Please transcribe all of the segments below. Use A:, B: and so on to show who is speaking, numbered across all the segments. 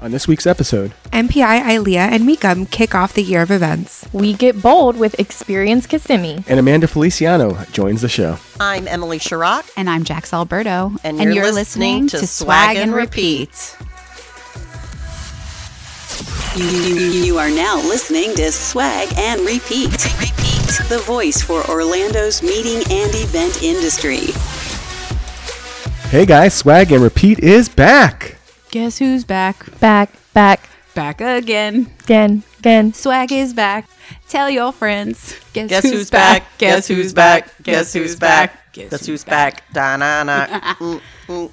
A: On this week's episode,
B: MPI Ilea and Mecum kick off the year of events.
C: We get bold with Experience Kissimmee.
A: and Amanda Feliciano joins the show.
D: I'm Emily Sharrock,
E: And I'm Jax Alberto.
D: and, you're, listening, to Swag and Repeat.
F: You, you- you are now listening to Swag and Repeat. Repeat. The voice for Orlando's meeting and event industry.
A: Hey guys, Swag and Repeat is back.
E: Guess who's back?
C: Back, back,
E: Back again.
C: again, again.
E: Swag is back. Tell your friends.
D: Guess who's back? Guess who's back? Guess who's back? Guess who's back? Da na na.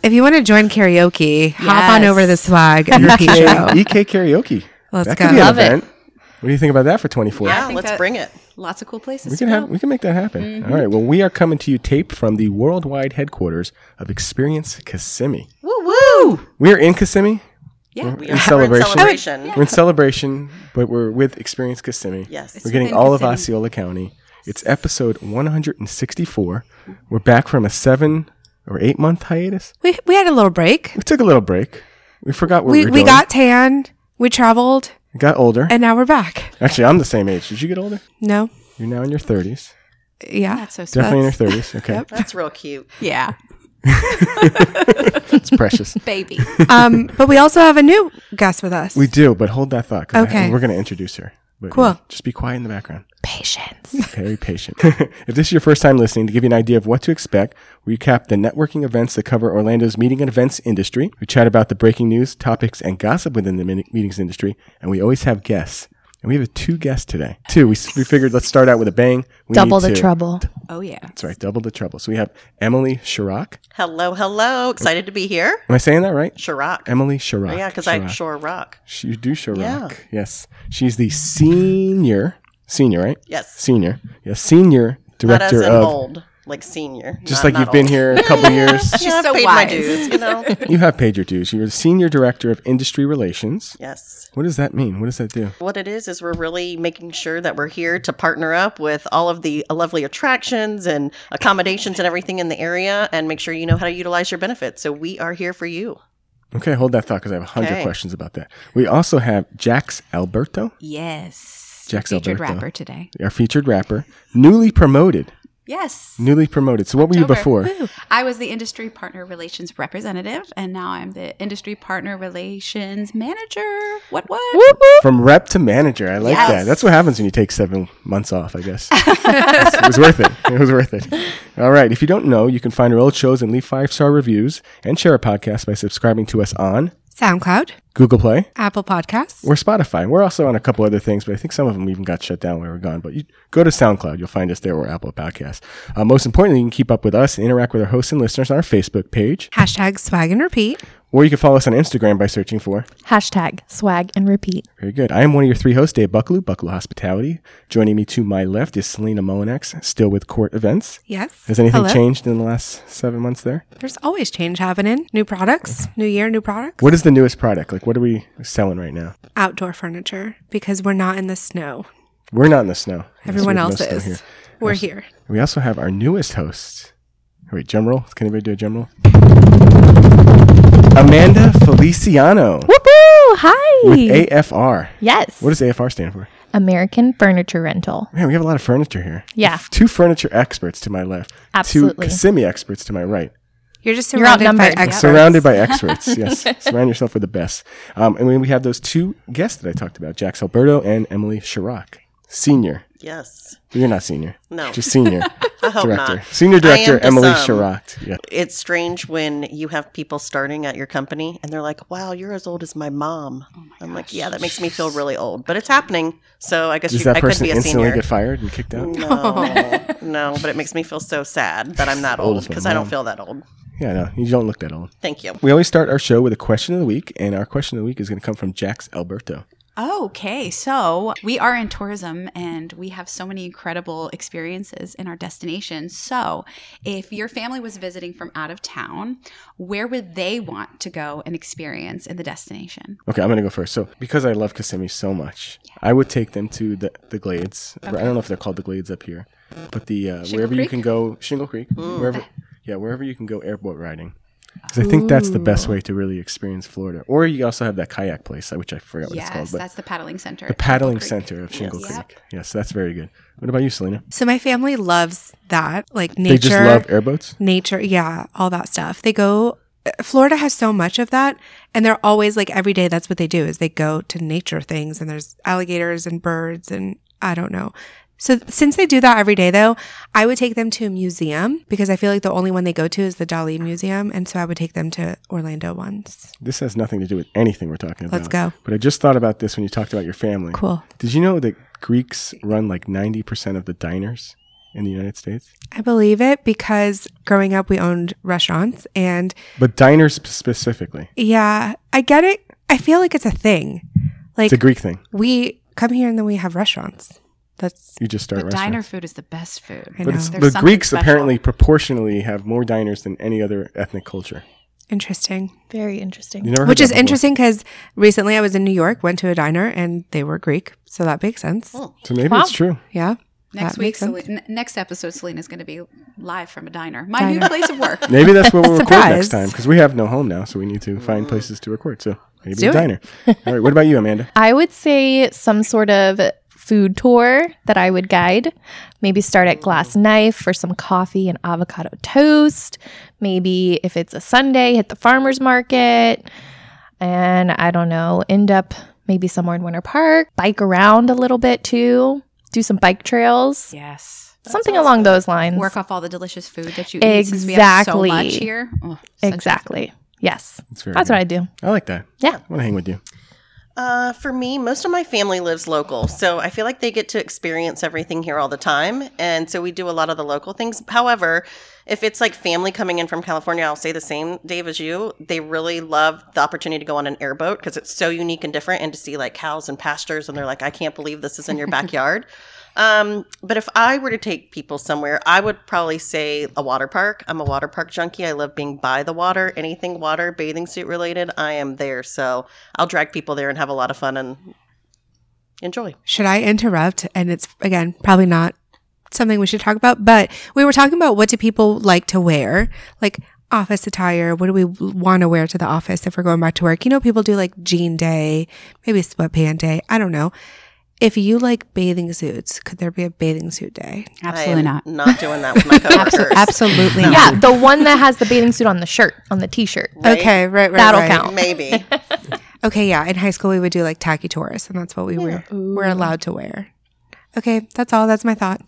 B: If you want to join karaoke, hop on
E: Yes.
B: over to Swag and Repeat Show.
A: Hey, EK E Karaoke.
B: Let's
A: that
B: go.
A: Could be an
B: Love
C: it.
A: event. What do you think about that for 24?
D: Yeah,
E: think
D: let's
E: that-
D: bring it.
E: Lots of cool places
A: We
E: to
A: can, have,
E: go.
A: we can make that happen. All right. Well, we are coming to you taped from the worldwide headquarters of Experience Kissimmee.
D: Woo woo!
A: We are in Kissimmee.
E: Yeah.
A: We're
D: We
A: in
D: are
A: celebration.
D: in celebration.
A: We're in celebration, but we're with Experience Kissimmee.
D: Yes. It's
A: We're getting
E: within
A: all of
E: Kissimmee.
A: Osceola County. It's episode 164. We're back from a seven or eight month hiatus.
B: We, we had a little break.
A: We took a little break. We forgot what we,
B: We,
A: were
B: we
A: doing.
B: got tanned, we traveled,
A: We got older.
B: and now we're back.
A: Actually, I'm the same age. Did you get older?
B: No?
A: You're now in your 30s.
B: Yeah.
E: That's so
A: Definitely
E: special.
A: in your 30s. Okay.
D: That's real cute.
E: Yeah.
A: It's precious.
E: Baby.
B: um, but we also have a new guest with us.
A: We do, but hold that thought. 'cause I-
B: Okay.
A: we're going to introduce her. But
B: Cool.
A: yeah, Just be quiet in the background. Patience. Very patient. if this is your first time listening, to give you an idea of what to expect, we recap the networking events that cover Orlando's meeting and events industry. We chat about the breaking news, topics, and gossip within the meeting- meetings industry. And we always have guests. And we have two guests today. Two. We, s- we figured let's start out with a bang. We
C: Double
A: need
C: the
A: to-
C: trouble.
E: Oh, yeah.
A: That's right. Double the trouble. So we have Emily Sharrock.
D: Hello, hello. Excited to be here.
A: Am I saying that right?
D: Sharrock.
A: Emily Sharrock.
D: Yeah, because I
A: Sharrock.
D: sure rock.
A: She- You do show
D: Yeah.
A: rock. Yes. She's the senior, senior, right?
D: Yes.
A: Senior. Yes, senior
D: Not as
A: director
D: in
A: of.
D: old, like senior.
A: Just
D: Not-
A: like
D: not
A: you've been
D: old.
A: here a couple years.
D: Yeah, I've
E: so
D: paid my
E: wise.
D: dues, you know?
A: You have paid your dues. You're the senior director of industry relations.
D: yes.
A: What does that mean? What does that do?
D: What it is is we're really making sure that we're here to partner up with all of the lovely attractions and accommodations and everything in the area and make sure you know how to utilize your benefits. So we are here for you.
A: Okay, hold that thought because I have a hundred
D: Okay.
A: questions about that. We also have Jax Alberto,
E: Yes.
A: Jax
E: Featured
A: Alberto.
E: rapper today.
A: our featured rapper, newly promoted.
E: Yes.
A: Newly promoted. So what were you
E: October.
A: before?
E: I was the industry partner relations representative, and now I'm the industry partner relations manager. What, what?
A: From rep to manager. I like
E: Yes.
A: that. That's what happens when you take seven months off, I guess. it was worth it. It was worth it. All right. If you don't know, you can find our old shows and leave five star reviews and share our podcast by subscribing to us on
B: SoundCloud,
A: Google Play
B: Apple Podcasts.
A: or Spotify. We're also on a couple other things, but I think some of them even got shut down when we were gone. But you go to SoundCloud, you'll find us there or Apple Podcasts. Uh, most importantly, you can keep up with us and interact with our hosts and listeners on our Facebook page,
B: Hashtag swag and repeat.
A: or you can follow us on Instagram by searching for
C: Hashtag swag and repeat.
A: Very good. I am one of your three hosts, Dave Bucklew, Bucklew Hospitality. Joining me to my left is Selena Molinax, still with Court Events.
B: Yes.
A: Has anything
B: Hello.
A: changed in the last seven months there?
B: There's always change happening. New products, new year, new products.
A: What is the newest product? Like, what are we selling right now?
B: Outdoor furniture because we're not in the snow.
A: We're not in the snow. Yes,
B: Everyone
A: we have no
B: else
A: snow
B: is.
A: here.
B: We're here.
A: We also have our newest host. Wait, drum roll. Can anybody do a drum roll? Amanda Feliciano
C: Woohoo!
A: with
C: Hi!
A: AFR.
C: Yes.
A: What does AFR stand for?
C: American Furniture Rental.
A: Man, we have a lot of furniture here.
C: Yeah.
A: Two furniture experts to my left.
C: Absolutely.
A: Two Kissimmee experts to my right.
B: You're just
C: You're
B: surrounded by
C: outnumbered. Yeah.
B: experts.
A: Surrounded by experts. yes. Surround yourself with the best. Um, and then we have those two guests that I talked about, Jax Alberto and Emily Sharrock. Senior.
D: Yes.
A: You're not senior.
D: No.
A: Just senior
D: I hope
A: director.
D: not.
A: Senior
D: I am
A: director
D: to
A: Emily
D: some.
A: Sharrock. Yeah.
D: It's strange when you have people starting at your company and they're like, wow, you're as old as my mom. I'm like, yeah, that makes me feel really old, but it's happening. So I guess
A: Does
D: you, I
A: that
D: could
A: person
D: be a
A: instantly
D: senior.
A: get fired and kicked out?
D: no, no, but it makes me feel so sad that I'm not
A: Old
D: old
A: as my
D: because I don't
A: mom.
D: feel that old.
A: Yeah, no, you don't look that old.
D: Thank you.
A: We always start our show with a question of the week, and our question of the week is going to come from Jax Alberto.
E: Okay, so we are in tourism and we have so many incredible experiences in our destination. So, if your family was visiting from out of town, where would they want to go and experience in the destination?
A: Okay, I'm going to go first. So, because I love Kissimmee so much, I would take them to the, the Glades. I don't know if they're called the Glades up here, but the uh, wherever you
E: Creek?
A: can go, Shingle Creek, wherever, yeah, wherever you can go airboat riding. Because I think that's the best way to really experience Florida. Or you also have that kayak place, uh, which I forgot what
E: yes,
A: it's called. But
E: that's the paddling center.
A: the
E: at Shingle
A: paddling
E: Creek.
A: center of Shingle
E: Yes.
A: Creek. Yes, that's very good. What about you, Selena?
B: So my family loves that, like nature.
A: They just love airboats?
B: nature yeah all that stuff they go uh, florida has so much of that and they're always like every day that's what they do is they go to nature things and there's alligators and birds and i don't know so since they do that every day though i would take them to a museum because i feel like the only one they go to is the dali museum and so i would take them to orlando once
A: This has nothing to do with anything we're talking about.
B: Let's go.
A: But I just thought about this when you talked about your family.
B: cool
A: Did you know that Greeks run like 90% of the diners in the United States?
B: i believe it because growing up we owned restaurants and
A: But diners sp- specifically.
B: yeah i get it i feel like it's a thing like
A: It's a Greek thing.
B: we come here and then we have restaurants that's
A: You just start
E: But
A: restaurants.
E: diner food is the best food.
B: I
A: But,
B: know.
A: it's,
E: There's
A: but
E: something
A: Greeks
E: special.
A: apparently proportionally have more diners than any other ethnic culture.
B: Interesting.
C: Very
A: You
C: interesting.
A: never heard
B: Which
A: that
B: is
A: before.
B: interesting because recently I was in New York, went to a diner, and they were Greek. So that makes sense.
D: Oh.
A: So maybe
D: Wow.
A: it's true.
B: Yeah.
E: Next
B: That
E: week,
B: makes sense.
E: Sele- n- next episode, Selena's going to be live from a diner, my new
B: Diner.
E: place of work.
A: Maybe that's what we'll record next
B: Surprise.
A: time because we have no home now, so we need to find
E: Mm.
A: places to record. So maybe
B: do
A: a
B: it.
A: diner. All right. What about you, Amanda?
C: I would say some sort of food tour that I would guide. Maybe start at Glass
E: Mm.
C: Knife for some coffee and avocado toast. Maybe if it's a Sunday, hit the farmer's market. And I don't know, end up maybe somewhere in Winter Park, bike around a little bit too, do some bike trails,
E: yes.
C: something along those lines.
E: Work off all the delicious food that you eat since we have so
C: Exactly.
E: much here. Oh, such-
C: exactly. Yes.
A: That's, very
C: That's what I do.
A: I, I like that.
C: Yeah.
A: I want to hang with you.
D: Uh, for me, most of my family lives local, so I feel like they get to experience everything here all the time, and so we do a lot of the local things. However, if it's like family coming in from California, I'll say the same, Dave, as you. They really love the opportunity to go on an airboat because it's so unique and different, and to see like cows and pastures, and they're like, "I can't believe this is in your backyard." Um, but if I were to take people somewhere, I would probably say a water park. I'm a water park junkie. I love being by the water. Anything water, bathing suit related, I am there. So I'll drag people there and have a lot of fun and enjoy.
B: Should I interrupt? And it's, again, probably not something we should talk about, but we were talking about what do people like to wear? Like office attire. What do we want to wear to the office if we're going back to work? You know, people do like jean day, maybe sweatpant day. I don't know. If you like bathing suits, could there be a bathing suit day?
E: Absolutely
D: I am
E: not.
D: Not doing that with my coworkers.
B: Absolutely.
C: Yeah, the one that has the bathing suit on the shirt, on the t shirt.
D: Right?
B: Okay, right, right.
C: That'll
B: right.
C: count.
D: Maybe.
B: Okay, yeah. In high school, we would do like tachitorus, and that's what we were we're allowed to wear. Okay, that's all. That's my thought.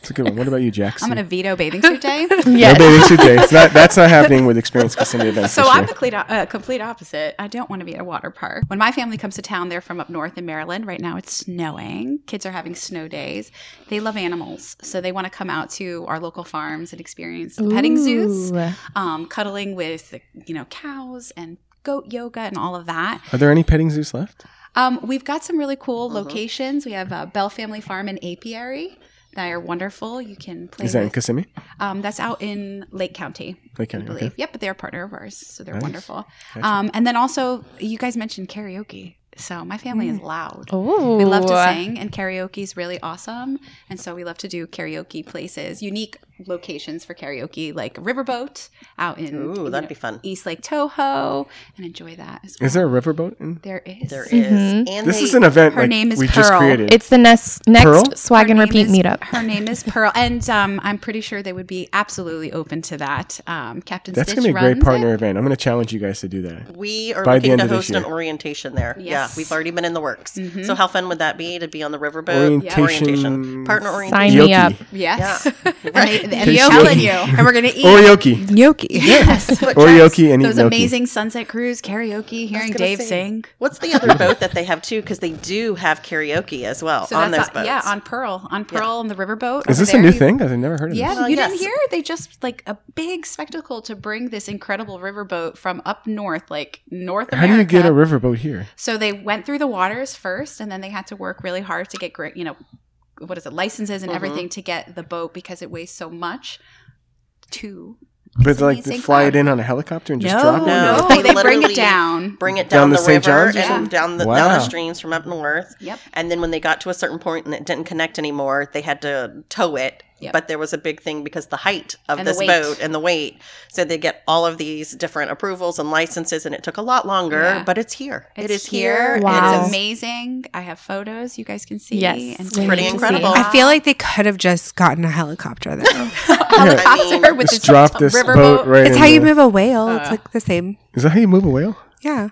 A: It's a good one. What about you, Jax?
E: I'm going to veto bathing suit day.
A: No
C: Yes.
A: bathing suit day. It's not, that's not happening with Experience Kissimmee events.
E: So
A: this
E: I'm
A: year.
E: the complete, uh, complete opposite. I don't want to be at a water park. When my family comes to town, they're from up north in Maryland. Right now it's snowing. Kids are having snow days. They love animals. So they want to come out to our local farms and experience the petting zoos,
C: Ooh.
E: um, cuddling with, you know, cows and goat yoga and all of that.
A: Are there any petting zoos left?
E: Um, we've got some really cool
A: Uh-huh.
E: locations. We have uh, Bell Family Farm and Apiary. They are wonderful. You can play
A: Is that in
E: with.
A: Kissimmee?
E: Um, that's out in Lake County.
A: Lake County,
E: I
A: okay.
E: believe. Yep, but they're a partner of ours, so they're
A: Nice.
E: wonderful. Um, and then also, you guys mentioned karaoke. So my family
A: Mm.
E: is loud.
C: Ooh.
E: We love to sing, and karaoke is really awesome. And so we love to do karaoke places, unique locations for karaoke, like Riverboat out in
D: Ooh,
E: you
D: that'd
E: know,
D: be fun.
E: East Lake Toho, and enjoy that. As well.
A: Is there a riverboat? In?
E: There is.
D: There is.
C: Mhm.
D: And
A: This
D: they-
A: is an event
E: her
A: like
E: name is
A: we just
E: Pearl.
A: created.
C: It's the next next
A: Pearl?
C: swag and
E: Her name
C: repeat
E: is-
C: meetup.
E: Her name is Pearl, and um, I'm pretty sure they would be absolutely open to that. Um, Captain
A: That's
E: Stitch
A: going to be a great
E: runs
A: partner
E: it.
A: event. I'm going to challenge you guys to do that.
D: we are
A: By the
D: looking
A: end
D: to
A: of this
D: host an
A: year.
D: orientation there. Yeah,
E: Yes. Mm-hmm.
D: we've already been in the works. So how fun would that be to be on the riverboat?
A: Orientation.
D: Partner
C: Sign
D: orientation.
C: me
A: Yoki.
C: up.
E: Yes, and, they, and
A: Casey
E: they're telling
A: Yogi.
E: you.
B: and we're gonna eat
A: Orioki.
B: gnocchi.
E: Yes,
A: Orioki and
E: those
A: Enoki.
E: amazing sunset cruise karaoke, hearing
D: gonna
E: Dave
D: say.
E: sing.
D: What's the other boat that they have too? Because they do have karaoke as well
E: So
D: on those
E: that's
D: boats.
E: yeah, on Pearl, on Pearl and the riverboat.
A: Is
E: over
A: this a
E: there.
A: new
E: You-
A: thing? I've never heard of
E: Yeah,
A: this.
E: you
D: yes.
E: didn't hear? They just like a big spectacle to bring this incredible riverboat from up north, like North
A: How
E: America.
A: do you get a riverboat here?
E: So they went through the waters first, and then they had to work really hard to get great, you know, what is it, licenses and everything to get the boat because it weighs so much. Two.
A: But
E: It's
A: like, they
E: amazing
A: fly
E: fun.
A: it in on a helicopter and just drop it?
D: No.
E: no,
D: They
E: they bring
D: literally
E: it down.
D: Bring it
A: Down
D: down,
A: the
D: the,
A: St.
D: river
A: John's
D: and down the down
A: Wow.
D: the streams from up north.
E: Yep.
D: And then when they got to a certain point and it didn't connect anymore, they had to tow it
E: Yep.
D: But there was a big thing because the height of
E: And the
D: this
E: weight.
D: boat and the weight. So they get all of these different approvals and licenses, and it took a lot longer,
E: Yeah.
D: but it's here. It's
E: It's here.
D: here.
C: Wow.
E: It's amazing. I have photos you guys can see.
C: Yes.
E: and
C: It's
E: take
D: pretty
E: a look.
D: incredible.
B: I feel like they could have just gotten a helicopter though.
E: helicopter
D: I mean,
E: with
A: Just
E: this
A: drop this
E: riverboat.
A: boat right
B: it's
A: in
B: how you
A: there.
B: move a whale.
E: Uh.
B: it's like the same.
A: Is that how you move a whale?
B: Yeah.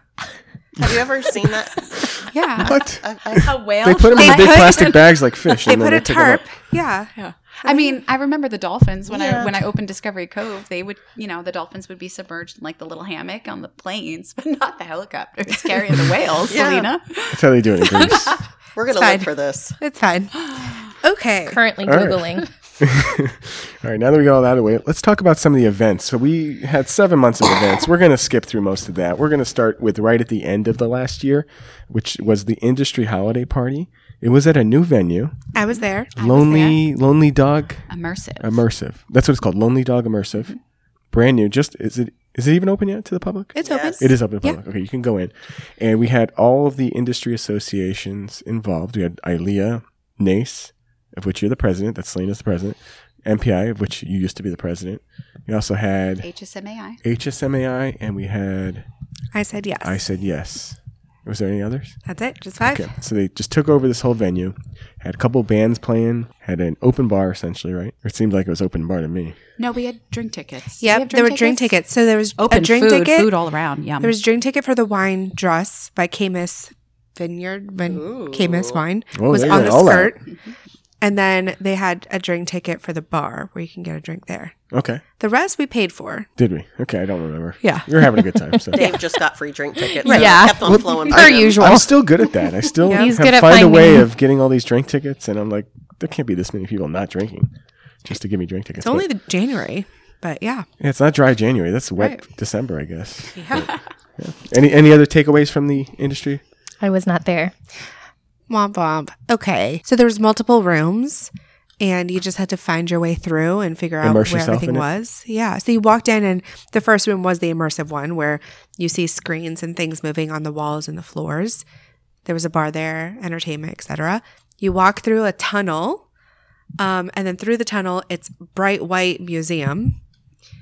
D: Have you ever seen that?
E: Yeah.
A: What?
D: I, I,
E: A whale.
A: They put them in
B: They
A: big
B: put-
A: plastic bags like fish.
B: They
A: and then
B: put a
A: pick 'em
B: tarp.
A: up.
B: Yeah.
E: Yeah. I mean,
B: Mm-hmm.
E: I remember the dolphins when
D: Yeah.
E: I when I opened Discovery Cove. They would, you know, the dolphins would be submerged in like the little hammock on the planes, but not the helicopters carrying the whales.
D: Yeah.
E: Selena,
A: That's how they do it in Greece.
D: we're going to
B: fine.
D: look for this.
B: It's fine. Okay.
C: Currently
A: All right.
C: Googling.
A: All right, now that we got all that out of the way, let's talk about some of the events. So we had seven months of events. We're going to skip through most of that. We're going to start with right at the end of the last year, which was the industry holiday party. It was at a new venue,
B: I was there.
A: Lonely Lonely Dog
E: immersive.
A: Immersive. That's what it's called, Lonely Dog Immersive. Brand new. Just is it is it even open yet to the public?
B: It's open.
D: Yes.
A: It is up to the public. Okay, you can go in. And we had all of the industry associations involved. We had ILEA, NACE, of which you're the president. That's Selena's the president. MPI, of which you used to be the president. We also had
E: HSMAI.
A: HSMAI, and we had
B: I said yes.
A: I Said Yes. Was there any others?
B: That's it. Just five.
A: Okay, so they just took over this whole venue, had a couple bands playing, had an open bar essentially, right? It seemed like it was open bar to me.
E: No, we had drink tickets.
B: Yep.
E: We have
B: there were drink tickets. So there was
E: Open
B: a drink
E: food,
B: ticket.
E: food all around. Yum.
B: There was a drink ticket for the wine dress by Camus Vineyard, Vin- Camus Wine
A: Oh,
B: was
A: they
B: on
A: went
B: the
A: all
B: skirt.
A: out.
B: And then they had a drink ticket for the bar where you can get a drink there.
A: Okay,
B: The rest we paid for.
A: did we? Okay, I don't remember.
B: Yeah.
A: we were having a good time. So.
D: Dave just got free drink tickets. so
C: Right.
D: it
C: Yeah.
D: Kept on flowing by
C: Per
D: him.
C: usual.
A: I'm still good at that. I still
B: Yeah.
A: have,
C: He's good at
A: find a
C: finding-
A: way of getting all these drink tickets, and I'm like, there can't be this many people not drinking just to give me drink tickets.
B: It's only
A: But-
B: the January, but yeah.
A: yeah, it's not dry January. That's wet December, I guess. But, yeah. Any any other takeaways from the industry?
C: I was not there.
B: Womp womp. Okay. So there was multiple rooms and you just had to find your way through and figure out
A: Immerse
B: where
A: yourself
B: everything
A: in it.
B: was. Yeah. So you walked in and the first room was the immersive one where you see screens and things moving on the walls and the floors. There was a bar there, entertainment, etc. You walk through a tunnel. Um, and then through the tunnel, it's bright white museum,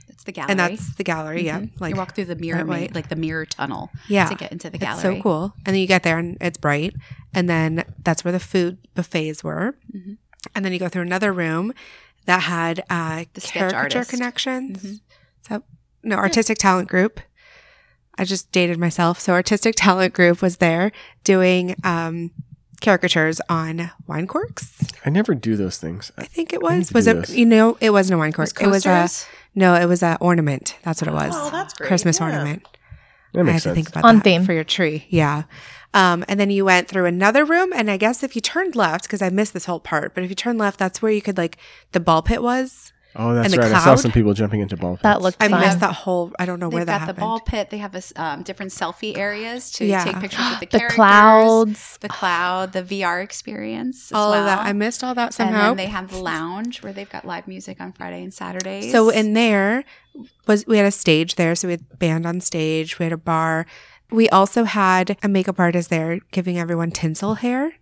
E: That's the gallery. Mm-hmm.
B: and that's the gallery. Yeah, like
E: you walk through the mirror,
B: that way.
E: like the mirror tunnel.
B: Yeah.
E: to get into the
B: It's
E: gallery.
B: so cool. And then you get there and it's bright. And then that's where the food buffets were.
E: Mhm.
B: And then you go through another room that had uh,
E: The sketch
B: caricature
E: artist.
B: connections.
E: Mhm.
B: So, no, artistic talent group. I just dated myself. So, artistic talent group was there doing um, caricatures on wine corks.
A: I never do those things.
B: I think it
A: need
B: was.
A: to
B: Was
A: do
B: it?
A: this.
B: You know, it wasn't a wine cork. It was uh, a
E: Coasters?
B: no. It was a ornament. That's what it was.
D: Oh, that's great.
B: Christmas
D: Yeah.
B: ornament.
A: That
B: I
A: makes
B: had
A: sense.
B: to think about
C: On
B: that
C: theme.
B: for your tree. Yeah. Um, and then you went through another room, and I guess if you turned left, because I missed this whole part, but if you turned left, that's where you could like the ball pit was.
A: oh, that's
B: the
A: right. I saw
B: cloud.
A: some people jumping into ball.
C: That
A: pits.
C: looked
B: I
C: fun.
B: missed that whole. I don't know
E: They've
B: where that
E: got the
B: happened.
E: ball pit. They have a s- um, different selfie areas to
B: Yeah.
E: take pictures with the,
C: The
E: characters,
C: clouds.
E: the cloud, the VR experience. as
B: all of that.
E: well.
B: I missed all that
E: and
B: somehow.
E: then they have the lounge where they've got live music on Friday and Saturdays.
B: so in there was we had a stage there, so we had band on stage. We had a bar. We also had a makeup artist there giving everyone tinsel hair,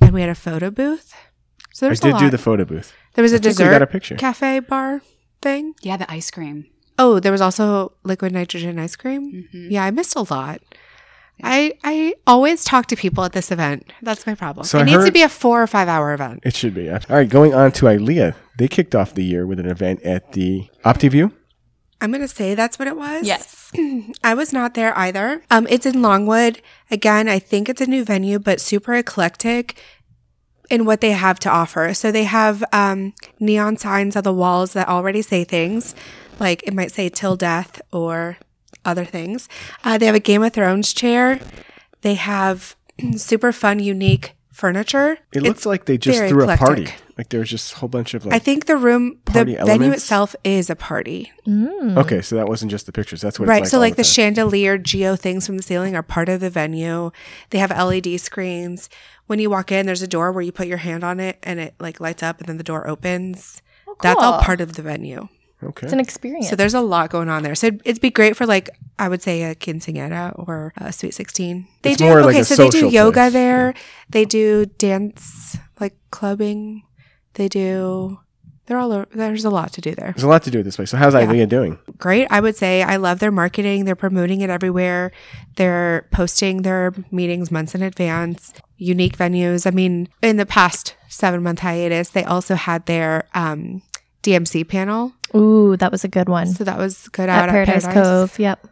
B: and we had a photo booth. So
A: I
B: there's a
A: did
B: lot.
A: do the photo booth.
B: there was a
A: I think we got a
B: dessert
A: picture.
B: cafe bar thing.
E: yeah, the ice cream.
B: Oh, there was also liquid nitrogen ice cream.
E: Mhm.
B: Yeah, I missed a lot. I I always talk to people at this event. That's my problem.
A: So
B: it
A: I
B: needs to
A: heard-
B: be a four or five hour event.
A: It should be. yeah. All right, going on to ILEA. They kicked off the year with an event at the OptiView.
B: I'm gonna say that's what it was.
E: Yes.
B: I was not there either. Um, it's in Longwood. Again, I think it's a new venue, but super eclectic in what they have to offer. So they have um, neon signs on the walls that already say things, like it might say "till death" or other things. Uh, they have a Game of Thrones chair. They have super fun, unique furniture.
A: It
B: It's-
A: looks like they just
B: very
A: threw a
B: eclectic.
A: party. Like there was just a whole bunch of like.
B: I think the room, the
A: party
B: venue
A: elements?
B: itself is a party.
C: Mm.
A: Okay, so that wasn't just the pictures. That's what
B: Mm-hmm. right.
A: It's like
B: so,
A: all
B: like the
A: time.
B: chandelier geo things from the ceiling are part of the venue. They have LED screens. When you walk in, there's a door where you put your hand on it and it like lights up and then the door opens. That's all
C: cool.
B: part of the venue.
A: Okay.
C: It's an experience.
B: So, there's a lot going on there. So, it'd, it'd be great for like, I would say a quinceanera or a sweet 16. They
A: It's
B: do,
A: more like
B: okay,
A: a
B: so they do
A: social
B: yoga
A: place,
B: there. They do dance, like clubbing. They do They're all over. There's a lot to do there.
A: There's a lot to do this way. So how's
B: Yeah.
A: Ilea doing?
B: Great. I would say I love their marketing. They're promoting it everywhere. They're posting their meetings months in advance, unique venues. I mean, in the past seven month hiatus, they also had their um, DMC panel.
C: Ooh, that was a good one.
B: So that was good out
C: At Paradise, Cove. Yep.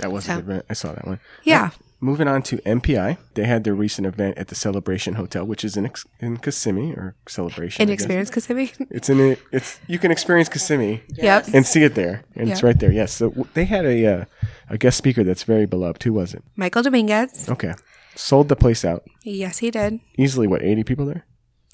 A: That was
B: So-
A: a good event. I saw that one.
B: Yeah.
A: Moving on to MPI, they had their recent event at the Celebration Hotel, which is in Ex- in Kissimmee or Celebration. I guess.
B: Inexperience Kissimmee.
A: It's in a, it's you can experience Kissimmee
B: Yep.
A: and see it there, and it's
B: Yeah.
A: right there. Yes, so w- they had a uh, a guest speaker that's very beloved. Who was it?
B: Michael Dominguez.
A: Okay, sold the place out
B: Yes, he did.
A: easily. What eighty people there?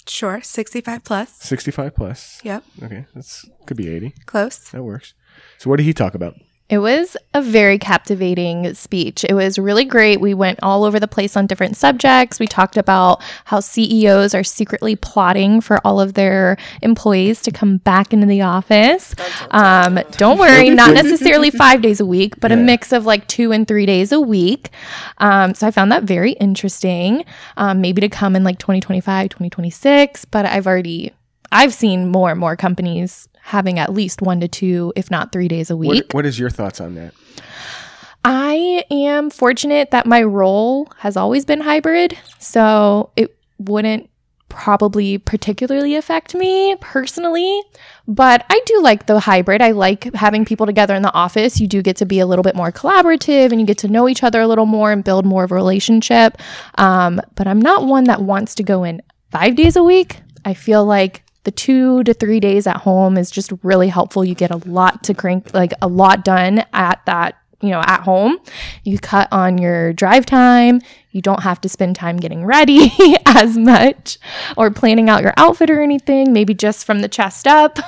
B: Sure. 65 plus.
A: Sixty five plus.
B: Yep.
A: Okay, that's could be eighty.
B: Close.
A: That works. So what did he talk about?
C: It was a very captivating speech. It was really great. We went all over the place on different subjects. We talked about how CEOs are secretly plotting for all of their employees to come back into the office. Um, don't worry, not necessarily five days a week, but a
A: Yeah.
C: mix of like two and three days a week. Um, so I found that very interesting. Um, maybe to come in like 2025, 2026, but I've already. I've seen more and more companies having at least one to two, if not three days a week.
A: What, what is your thoughts on that?
C: I am fortunate that my role has always been hybrid, so it wouldn't probably particularly affect me personally, but I do like the hybrid. I like having people together in the office. You do get to be a little bit more collaborative and you get to know each other a little more and build more of a relationship. Um, but I'm not one that wants to go in five days a week. I feel like the two to three days at home is just really helpful. You get a lot to crank, like a lot done at that, you know, at home. You cut on your drive time. You don't have to spend time getting ready as much or planning out your outfit or anything, maybe just from the chest up.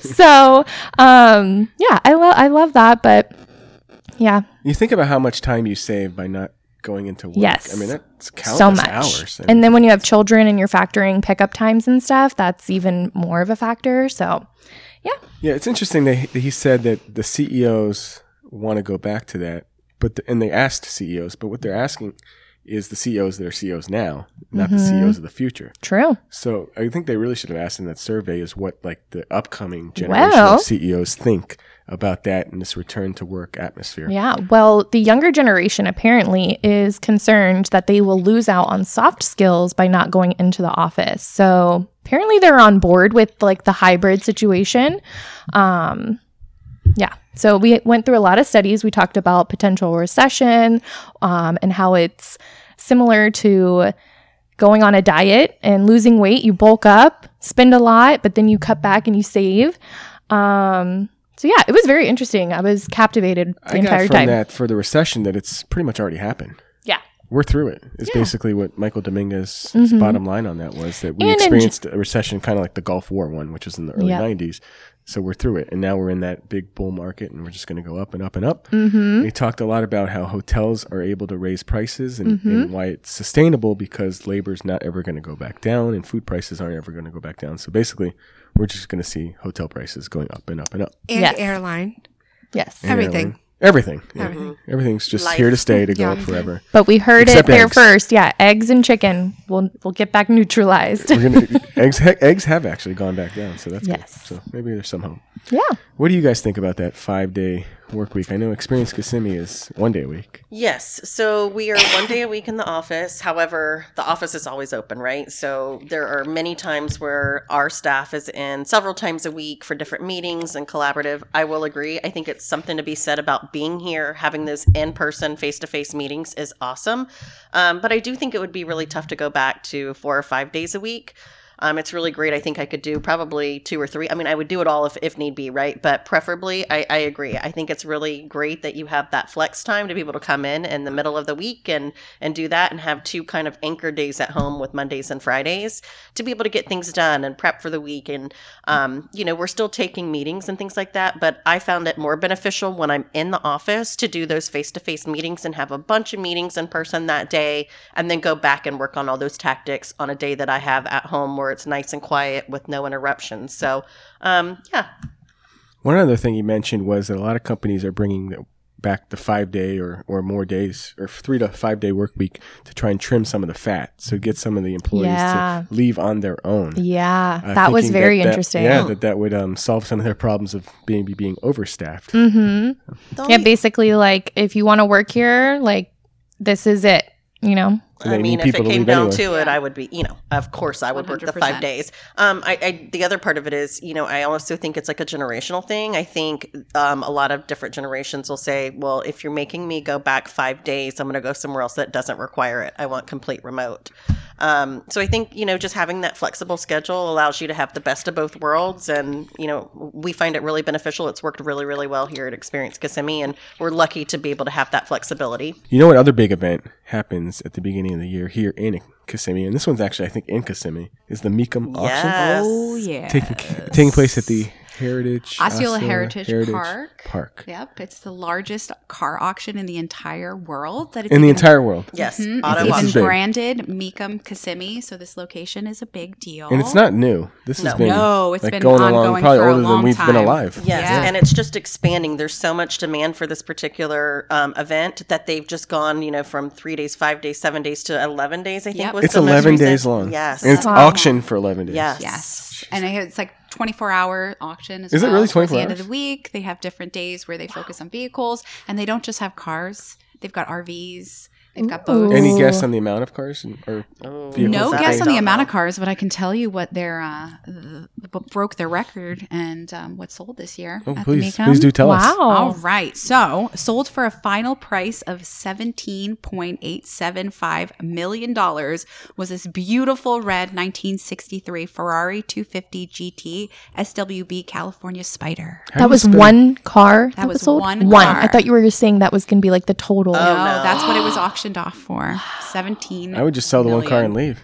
C: so, um, yeah, I love, I love that, but yeah,
A: You think about how much time you save by not going into work.
C: Yes.
A: I mean that's countless
C: so much.
A: hours.
C: And, then when you have children and you're factoring pickup times and stuff, that's even more of a factor. So,
A: yeah, it's interesting that he that he said that the CEOs want to go back to that, but the, and they asked CEOs, but what they're asking is the CEOs that are CEOs now, not the
C: Mhm.
A: CEOs of the future.
C: true.
A: So I think they really should have asked in that survey is what like the upcoming generation
C: Well-
A: of CEOs think about that and this return to work atmosphere.
C: Yeah. Well, the younger generation apparently is concerned that they will lose out on soft skills by not going into the office. So apparently they're on board with like the hybrid situation. Um, yeah. So we went through a lot of studies. We talked about potential recession um, and how it's similar to going on a diet and losing weight. You bulk up, spend a lot, but then you cut back and you save. Um, so yeah, it was very interesting. I was captivated the
A: I got
C: entire
A: from
C: time.
A: that for the recession that it's pretty much already happened.
C: Yeah.
A: We're through it. It's basically what Michael Dominguez'
C: Mhm.
A: bottom line on that was that we
C: And in-
A: experienced a recession kind of like the Gulf War one, which was in the early
C: Yeah.
A: 90s. So we're through it. And now we're in that big bull market and we're just going to go up and up and up.
C: Mm-hmm.
A: We talked a lot about how hotels are able to raise prices and,
C: Mhm.
A: and why it's sustainable because labor's not ever going to go back down and food prices aren't ever going to go back down. So basically, we're just going to see hotel prices going up and up and up.
B: And
C: Yes.
B: airline.
C: Yes.
A: And
B: Everything.
A: everyone- Everything. Yeah.
B: Everything.
A: Everything's just
D: Life.
A: here to stay to go
B: Yeah.
A: up forever.
C: But we heard
A: Except
C: it there
A: eggs.
C: first. Yeah, eggs and chicken. We'll we'll get back neutralized.
A: We're gonna, eggs, he, eggs have actually gone back down, so that's
C: Yes.
A: good. So maybe there's some hope.
C: yeah.
A: What do you guys think about that five day work week? I know Experience Kissimmee is one day a week.
D: Yes. So we are one day a week in the office. However, the office is always open, right? So there are many times where our staff is in several times a week for different meetings and collaborative. I will agree. I think it's something to be said about being here, having those in person, face to face meetings is awesome. Um, but I do think it would be really tough to go back to four or five days a week. Um, it's really great. I think I could do probably two or three. I mean, I would do it all if, if need be, right? But preferably, I, I agree. I think it's really great that you have that flex time to be able to come in in the middle of the week and and do that, and have two kind of anchor days at home with Mondays and Fridays to be able to get things done and prep for the week. And um, you know, we're still taking meetings and things like that. But I found it more beneficial when I'm in the office to do those face to face meetings and have a bunch of meetings in person that day and then go back and work on all those tactics on a day that I have at home where it's nice and quiet with no interruptions. So, um, yeah,
A: One other thing you mentioned was that a lot of companies are bringing the back the five day or, or more days or three to five day work week to try and trim some of the fat. So get some of the employees
C: Yeah.
A: to leave on their own.
C: Yeah,
A: Uh,
C: that was
A: thinking
C: very
A: that-
C: interesting. Oh.
A: Yeah, that that would um, solve some of their problems of being being overstaffed.
C: hmm
D: The
C: Yeah,
D: only-
C: basically, like if you want to work here, like this is it. You know,
A: And they
D: I
A: need
D: mean, if
A: people
D: it
A: to
D: came
A: leave
D: down
A: anyway.
D: to it, I would be, you know, of course, I would work the five
E: 100%.
D: days. Um, I, I, the other part of it is, you know, I also think it's like a generational thing. I think um, a lot of different generations will say, well, if you're making me go back five days, I'm going to go somewhere else that doesn't require it. I want complete remote. Um, so I think, you know, just having that flexible schedule allows you to have the best of both worlds. And, you know, we find it really beneficial. It's worked really, really well here at Experience Kissimmee, and we're lucky to be able to have that flexibility.
A: You know what other big event happens at the beginning of the year here in Kissimmee, and this one's actually I think in Kissimmee is the Meekum auction
D: Yes.
E: Oh yeah.
A: taking taking place at the Heritage
E: Osceola Heritage Park.
A: Park
E: Yep, it's the largest car auction in the entire world. That it's
A: in the
E: even-
A: entire world.
D: Yes.
E: Mhm,
D: Auto
A: This
E: It's
A: is
D: auction.
E: even
A: big.
E: branded Meekum Kissimmee, so this location is a big deal.
A: And it's not new. This has
D: No.
A: been
E: No, it's
A: like
E: been
A: going along
E: ongoing
A: probably
E: for a
A: older than
E: long
A: we've been
E: time.
A: alive.
D: Yes,
E: Yeah.
D: and it's just expanding. There's so much demand for this particular um, event that they've just gone, you know, from three days, five days, seven days to eleven days. I think
E: Yep.
D: was
A: It's
D: the most
A: 11
D: recent.
A: days long.
D: Yes,
A: And it's
C: Wow.
A: auction for 11 days.
D: Yes.
E: Yes, and I- it's like 24 hour auction. As
A: Is it
E: well.
A: really
E: towards
A: 24
E: the end of
A: hours?
E: the week, they have different days where they focus on vehicles, and they don't just have cars. They've got RVs. They've got
C: Ooh.
E: boats.
A: Any guess on the amount of cars? and- Or
D: Oh,
A: vehicles
E: no
A: that
E: guess
A: they-
E: on the amount
D: know.
E: of cars, but I can tell you what their uh, th- what broke their record and um, what sold this year.
A: Oh,
E: at
A: please,
E: the Mecum.
A: please do tell us.
E: All
C: wow.
E: right. So sold for a final price of $17.875 million was this beautiful red 1963 Ferrari 250 GT SWB California Spider.
A: How do
C: That
A: you
C: was
A: spell-
C: one car. That,
E: was
C: was sold?
E: one car.
C: I thought you were saying that was going to be like the total.
E: Oh,
D: no.
E: that's what it was auctioned off for. 17.
A: I would just sell the one car
E: million.
A: and leave.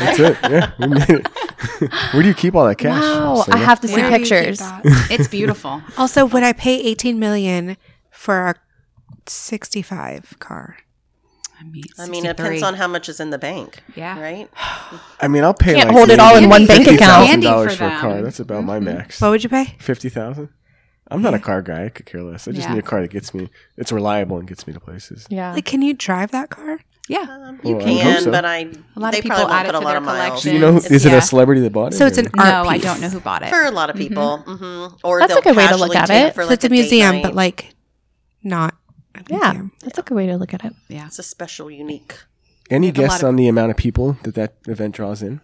A: That's it. Yeah, we made it. Where do you keep all that cash?
C: wow,
A: Sarah?
C: I have to see
E: Where do you keep
C: pictures.
E: It's beautiful.
B: Also, would I pay 18 million for a 65 car?
E: I mean,
D: I mean, it depends
E: 63.
D: on how much is in the bank,
E: Yeah.
D: right?
A: I mean, I'll pay.
C: Can't
A: like
C: hold it all in one bank account.
A: Fifty thousand dollars for
E: Candy for
A: a car.
E: them.
A: That's about my max.
B: What would you pay?
A: Fifty thousand. I'm not a car guy. I could care less. I just
E: Yeah.
A: need a car that gets me. It's reliable and gets me to places.
C: Yeah.
B: Like, can you drive that car?
E: Yeah.
D: Um, You
A: Well, I
D: can,
A: hope so.
D: but I
E: A lot
D: they
E: of people
D: probably won't
E: add it
D: put a
E: to
D: lot
E: their
D: of miles
A: Do
E: collection.
A: you know? Who, is it
E: Yeah.
A: a celebrity that bought it?
B: So it's
A: or-
B: an
E: No,
B: art
E: I
B: piece.
E: don't know who bought it.
D: for a lot of people. hmm Or
C: That's a
D: they'll
C: good way to
D: casually
C: look at
D: take
C: it.
D: For
B: So
D: like
B: it's a
D: date
B: museum,
D: night.
B: but like not a
C: yeah,
B: museum.
C: that's a good way to look at it.
E: yeah.
D: it's a special, unique.
A: Any
E: have a lot
A: guess
E: of-
A: on the amount of people that that event draws in?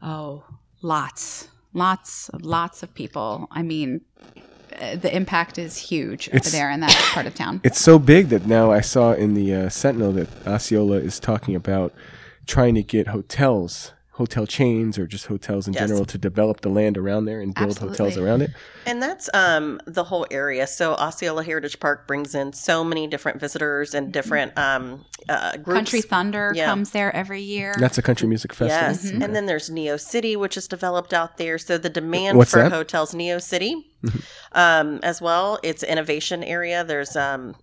E: Oh, lots, lots, lots of people. I mean, uh, the impact is huge over
A: It's-
E: there in that part of town.
A: It's so big that now I saw in the uh, Sentinel that Osceola is talking about trying to get hotels, hotel chains, or just hotels in
D: Yes.
A: general to develop the land around there and build hotels
E: Absolutely.
A: around it.
D: And that's um, the whole area. So Osceola Heritage Park brings in so many different visitors and different um, uh, groups.
E: Mm-hmm. Country Thunder
D: Yeah.
E: comes there every year.
A: That's a country music festival.
D: Yes,
E: Mm-hmm.
D: and then there's Neo City, which is developed out there. So the demand
A: What's
D: for
A: that? Mm-hmm.
D: hotels, Neo City, um, as well. It's an innovation area. There's, um,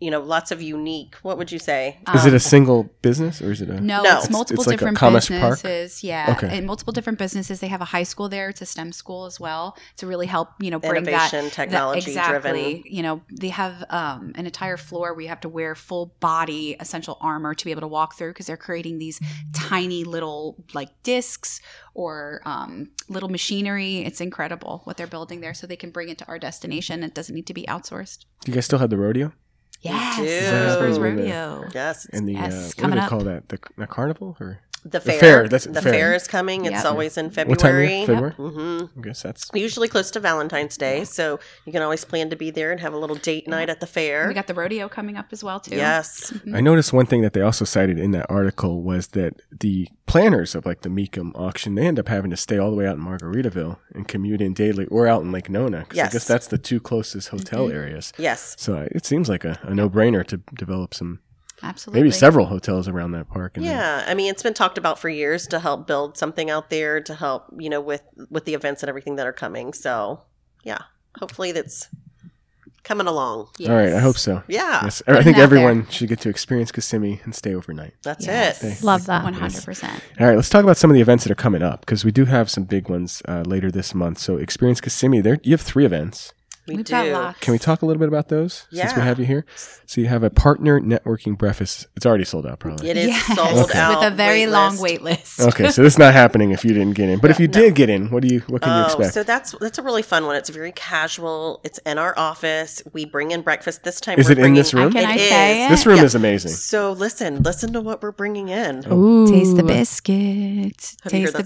D: you know, lots of unique. What would you say?
A: is it a single business or is it a?
E: Um, no,
D: No.
E: it's
D: It's-
E: multiple
A: it's like a
E: different
A: commerce park?
E: businesses. Yeah,
A: Okay.
E: and multiple different businesses. They have a high school there. It's a STEM school as well to really help you know bring that
D: Innovation, technology driven.
E: You know, they have um, an entire floor where you have to wear full body essential armor to be able to walk through because they're creating these tiny little like discs or um, little machinery. It's incredible what they're building there, so they can bring it to our destination. It doesn't need to be outsourced.
A: Do you guys still have the rodeo
E: Yes,
D: do.
E: Jasper's
A: Yeah.
E: Rodeo.
D: Yes, it's
A: and the
E: Yes,
A: uh, what do
E: coming
A: they
E: up.
A: call that? The, the carnival or
D: the fair.
A: fair, that's-
D: the
A: fair.
D: fair. is coming. It's
E: Yep.
D: always in
A: what time? of
D: February.
A: year? February.
D: hmm
A: I guess that's
D: Usually close to Valentine's Day, so you can always plan to be there and have a little date night at the fair.
E: We got the rodeo coming up as well too.
D: yes,
A: I noticed one thing that they also cited in that article was that the planners of like the Meekum auction, they end up having to stay all the way out in Margaritaville and commute in daily or out in Lake Nona. 'cause I
D: Yes.
A: guess that's the two closest hotel areas.
D: yes.
A: So I- it seems like a, a no brainer to develop some,
E: absolutely.
A: maybe several hotels around that park. And then-
D: Yeah, I mean it's been talked about for years to help build something out there to help you know with with the events and everything that are coming. So yeah, hopefully that's coming along.
A: All right. I hope so.
D: Yeah,
A: Yes. I think
E: out
A: everyone should get to experience Kissimmee and stay overnight.
D: that's
E: Yes.
D: it.
C: Love that.
E: One hundred percent.
A: All right, let's talk about some of the events that are coming up because we do have some big ones uh, later this month. So, Experience Kissimmee, there you have three events.
D: We
E: We've
D: do.
E: got lots.
A: Can we talk a little bit about those since we
D: Yeah.
A: have you here? So you have a partner networking breakfast. It's already sold out, probably.
D: It is
E: Yes,
D: sold
A: Okay.
D: out
E: with a very long
D: list.
E: wait list.
A: Okay, so this is not happening if you didn't get in. But if you did get in, what do you what can you expect?
D: Oh, so that's that's a really fun one. It's very casual. It's in our office. We bring in breakfast this time.
A: Is
D: we're
A: it in this
D: bringing-
A: room?
E: Can
D: It
E: I
D: is.
E: say it?
A: this room is amazing.
D: So listen, listen to what we're bringing in.
C: Ooh.
E: Taste the biscuit.
D: Have you heard
E: Taste the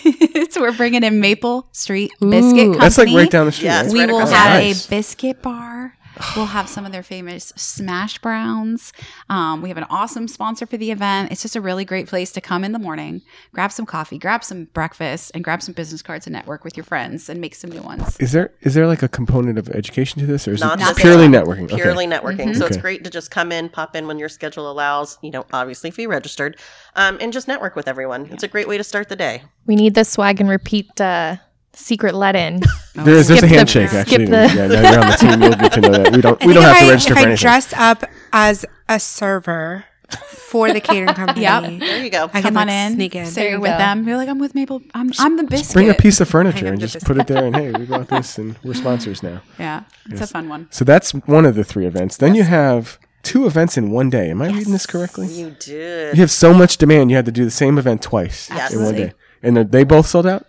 D: that
E: biscuits. We're bringing in Maple Street
C: Ooh.
E: Biscuit Company.
A: That's like right down the street.
D: Yes,
A: right?
E: We
D: right
E: will
D: across
A: the
E: have
A: street. Nice.
E: a biscuit bar. We'll have some of their famous smash browns. Um, we have an awesome sponsor for the event. It's just a really great place to come in the morning, grab some coffee, grab some breakfast, and grab some business cards and network with your friends and make some new ones.
A: Is there is there like a component of education to this, or is
D: Not
A: it
D: just
A: purely networking? Okay. Mm-hmm.
D: Purely networking. So it's
A: Okay.
D: great to just come in, pop in when your schedule allows, you know, obviously if you registered, um, and just network with everyone. It's a great way to start the day.
C: We need the swag and repeat uh, secret let in.
A: There is there's a
C: Skip the-
A: handshake
C: skip
A: actually.
C: the-
A: yeah, now you're on the team. You'll get to know that. We don't
B: I
A: we don't
B: think
A: have
B: if
A: to register
B: I- if
A: for
B: I
A: anything.
B: dress up as a server for the catering company.
E: Yep.
D: There you go.
B: I
E: Come
B: can
E: on
B: like,
E: in,
B: sneak in.
E: So
C: There
E: you're
C: you
E: with
C: go.
E: them. You're like, I'm with Maple. I'm, I'm the biscuit.
A: Bring a piece of furniture and
B: with
A: just
B: this.
A: put it there, and hey, we bought this, and we're sponsors now.
E: Yeah, it's a fun one.
A: So that's one of the three events. Then you have two events in one day. Am I reading this correctly?
D: You did.
A: You have so much demand, you had to do the same event twice
D: Yes.
A: in one
E: Absolutely.
A: day. And are they both sold out?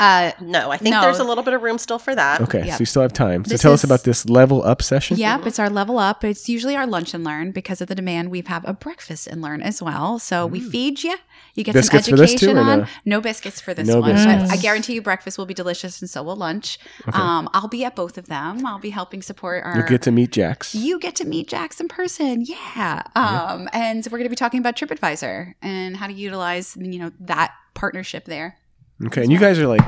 E: Uh,
D: No, I think
E: No.
D: there's a little bit of room still for that.
A: Okay,
E: Yep.
A: so you still have time. So
E: This
A: tell us
E: is-
A: about this level up session.
E: Yep, it's our level up. It's usually our lunch and learn because of the demand. We have a breakfast and learn as well. So we feed you. You get
A: Mm. Biscuits for
E: some
A: this too,
E: education
A: or
E: on.
A: no?
E: No? biscuits for this
A: No
E: one,
A: biscuits.
E: but I guarantee you breakfast will be delicious and so will lunch. Um, I'll be at both of them. I'll be helping support our.
A: You'll get to meet Jax.
E: You get to meet Jax in person. Yeah. Um, and we're going to be talking about TripAdvisor and how to utilize, you know, that partnership there.
A: Okay, and you guys are like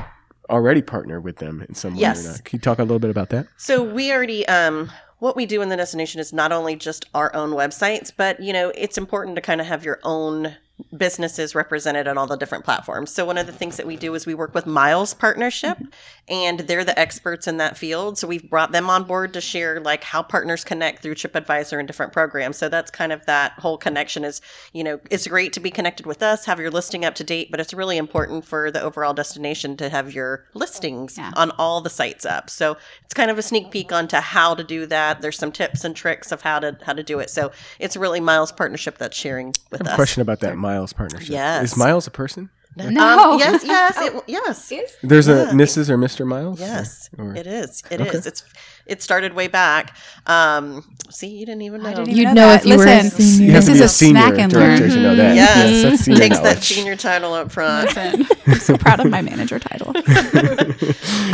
A: already partnered with them in some way
D: Yes.
A: or not. Can you talk a little bit about that?
D: So we already um what we do in the destination is not only just our own websites, but you know, it's important to kind of have your own businesses represented on all the different platforms. So one of the things that we do is we work with Miles Partnership and they're the experts in that field. So we've brought them on board to share like how partners connect through TripAdvisor and different programs. So that's kind of that whole connection is, you know, it's great to be connected with us, have your listing up to date, but it's really important for the overall destination to have your listings
E: Yeah.
D: on all the sites up. So it's kind of a sneak peek onto how to do that. There's some tips and tricks of how to how to do it. So it's really Miles partnership that's sharing
A: I
D: with
A: have
D: us.
A: a question about that Miles partnership.
D: Yes.
A: Is Miles a person?
E: No. Oh.
D: Um, yes, yes, it, yes.
A: There's
D: Yeah.
A: a Mrs. or Mr. Miles? or-
D: Yes,
A: or-
D: it is. It is.
A: Okay.
D: It's it started way back. Um, see, you didn't even know.
E: I didn't even
C: You'd
E: know,
C: know
E: that.
C: if you were a
E: Listen,
C: senior.
A: You have
E: this
A: to
E: is
A: be
E: a,
A: a senior
E: snack and
A: director
E: learn.
A: to know that.
D: Yes.
A: Yes, that's senior
D: Takes that
A: knowledge.
D: senior title up front.
E: Listen, I'm so proud of my manager title.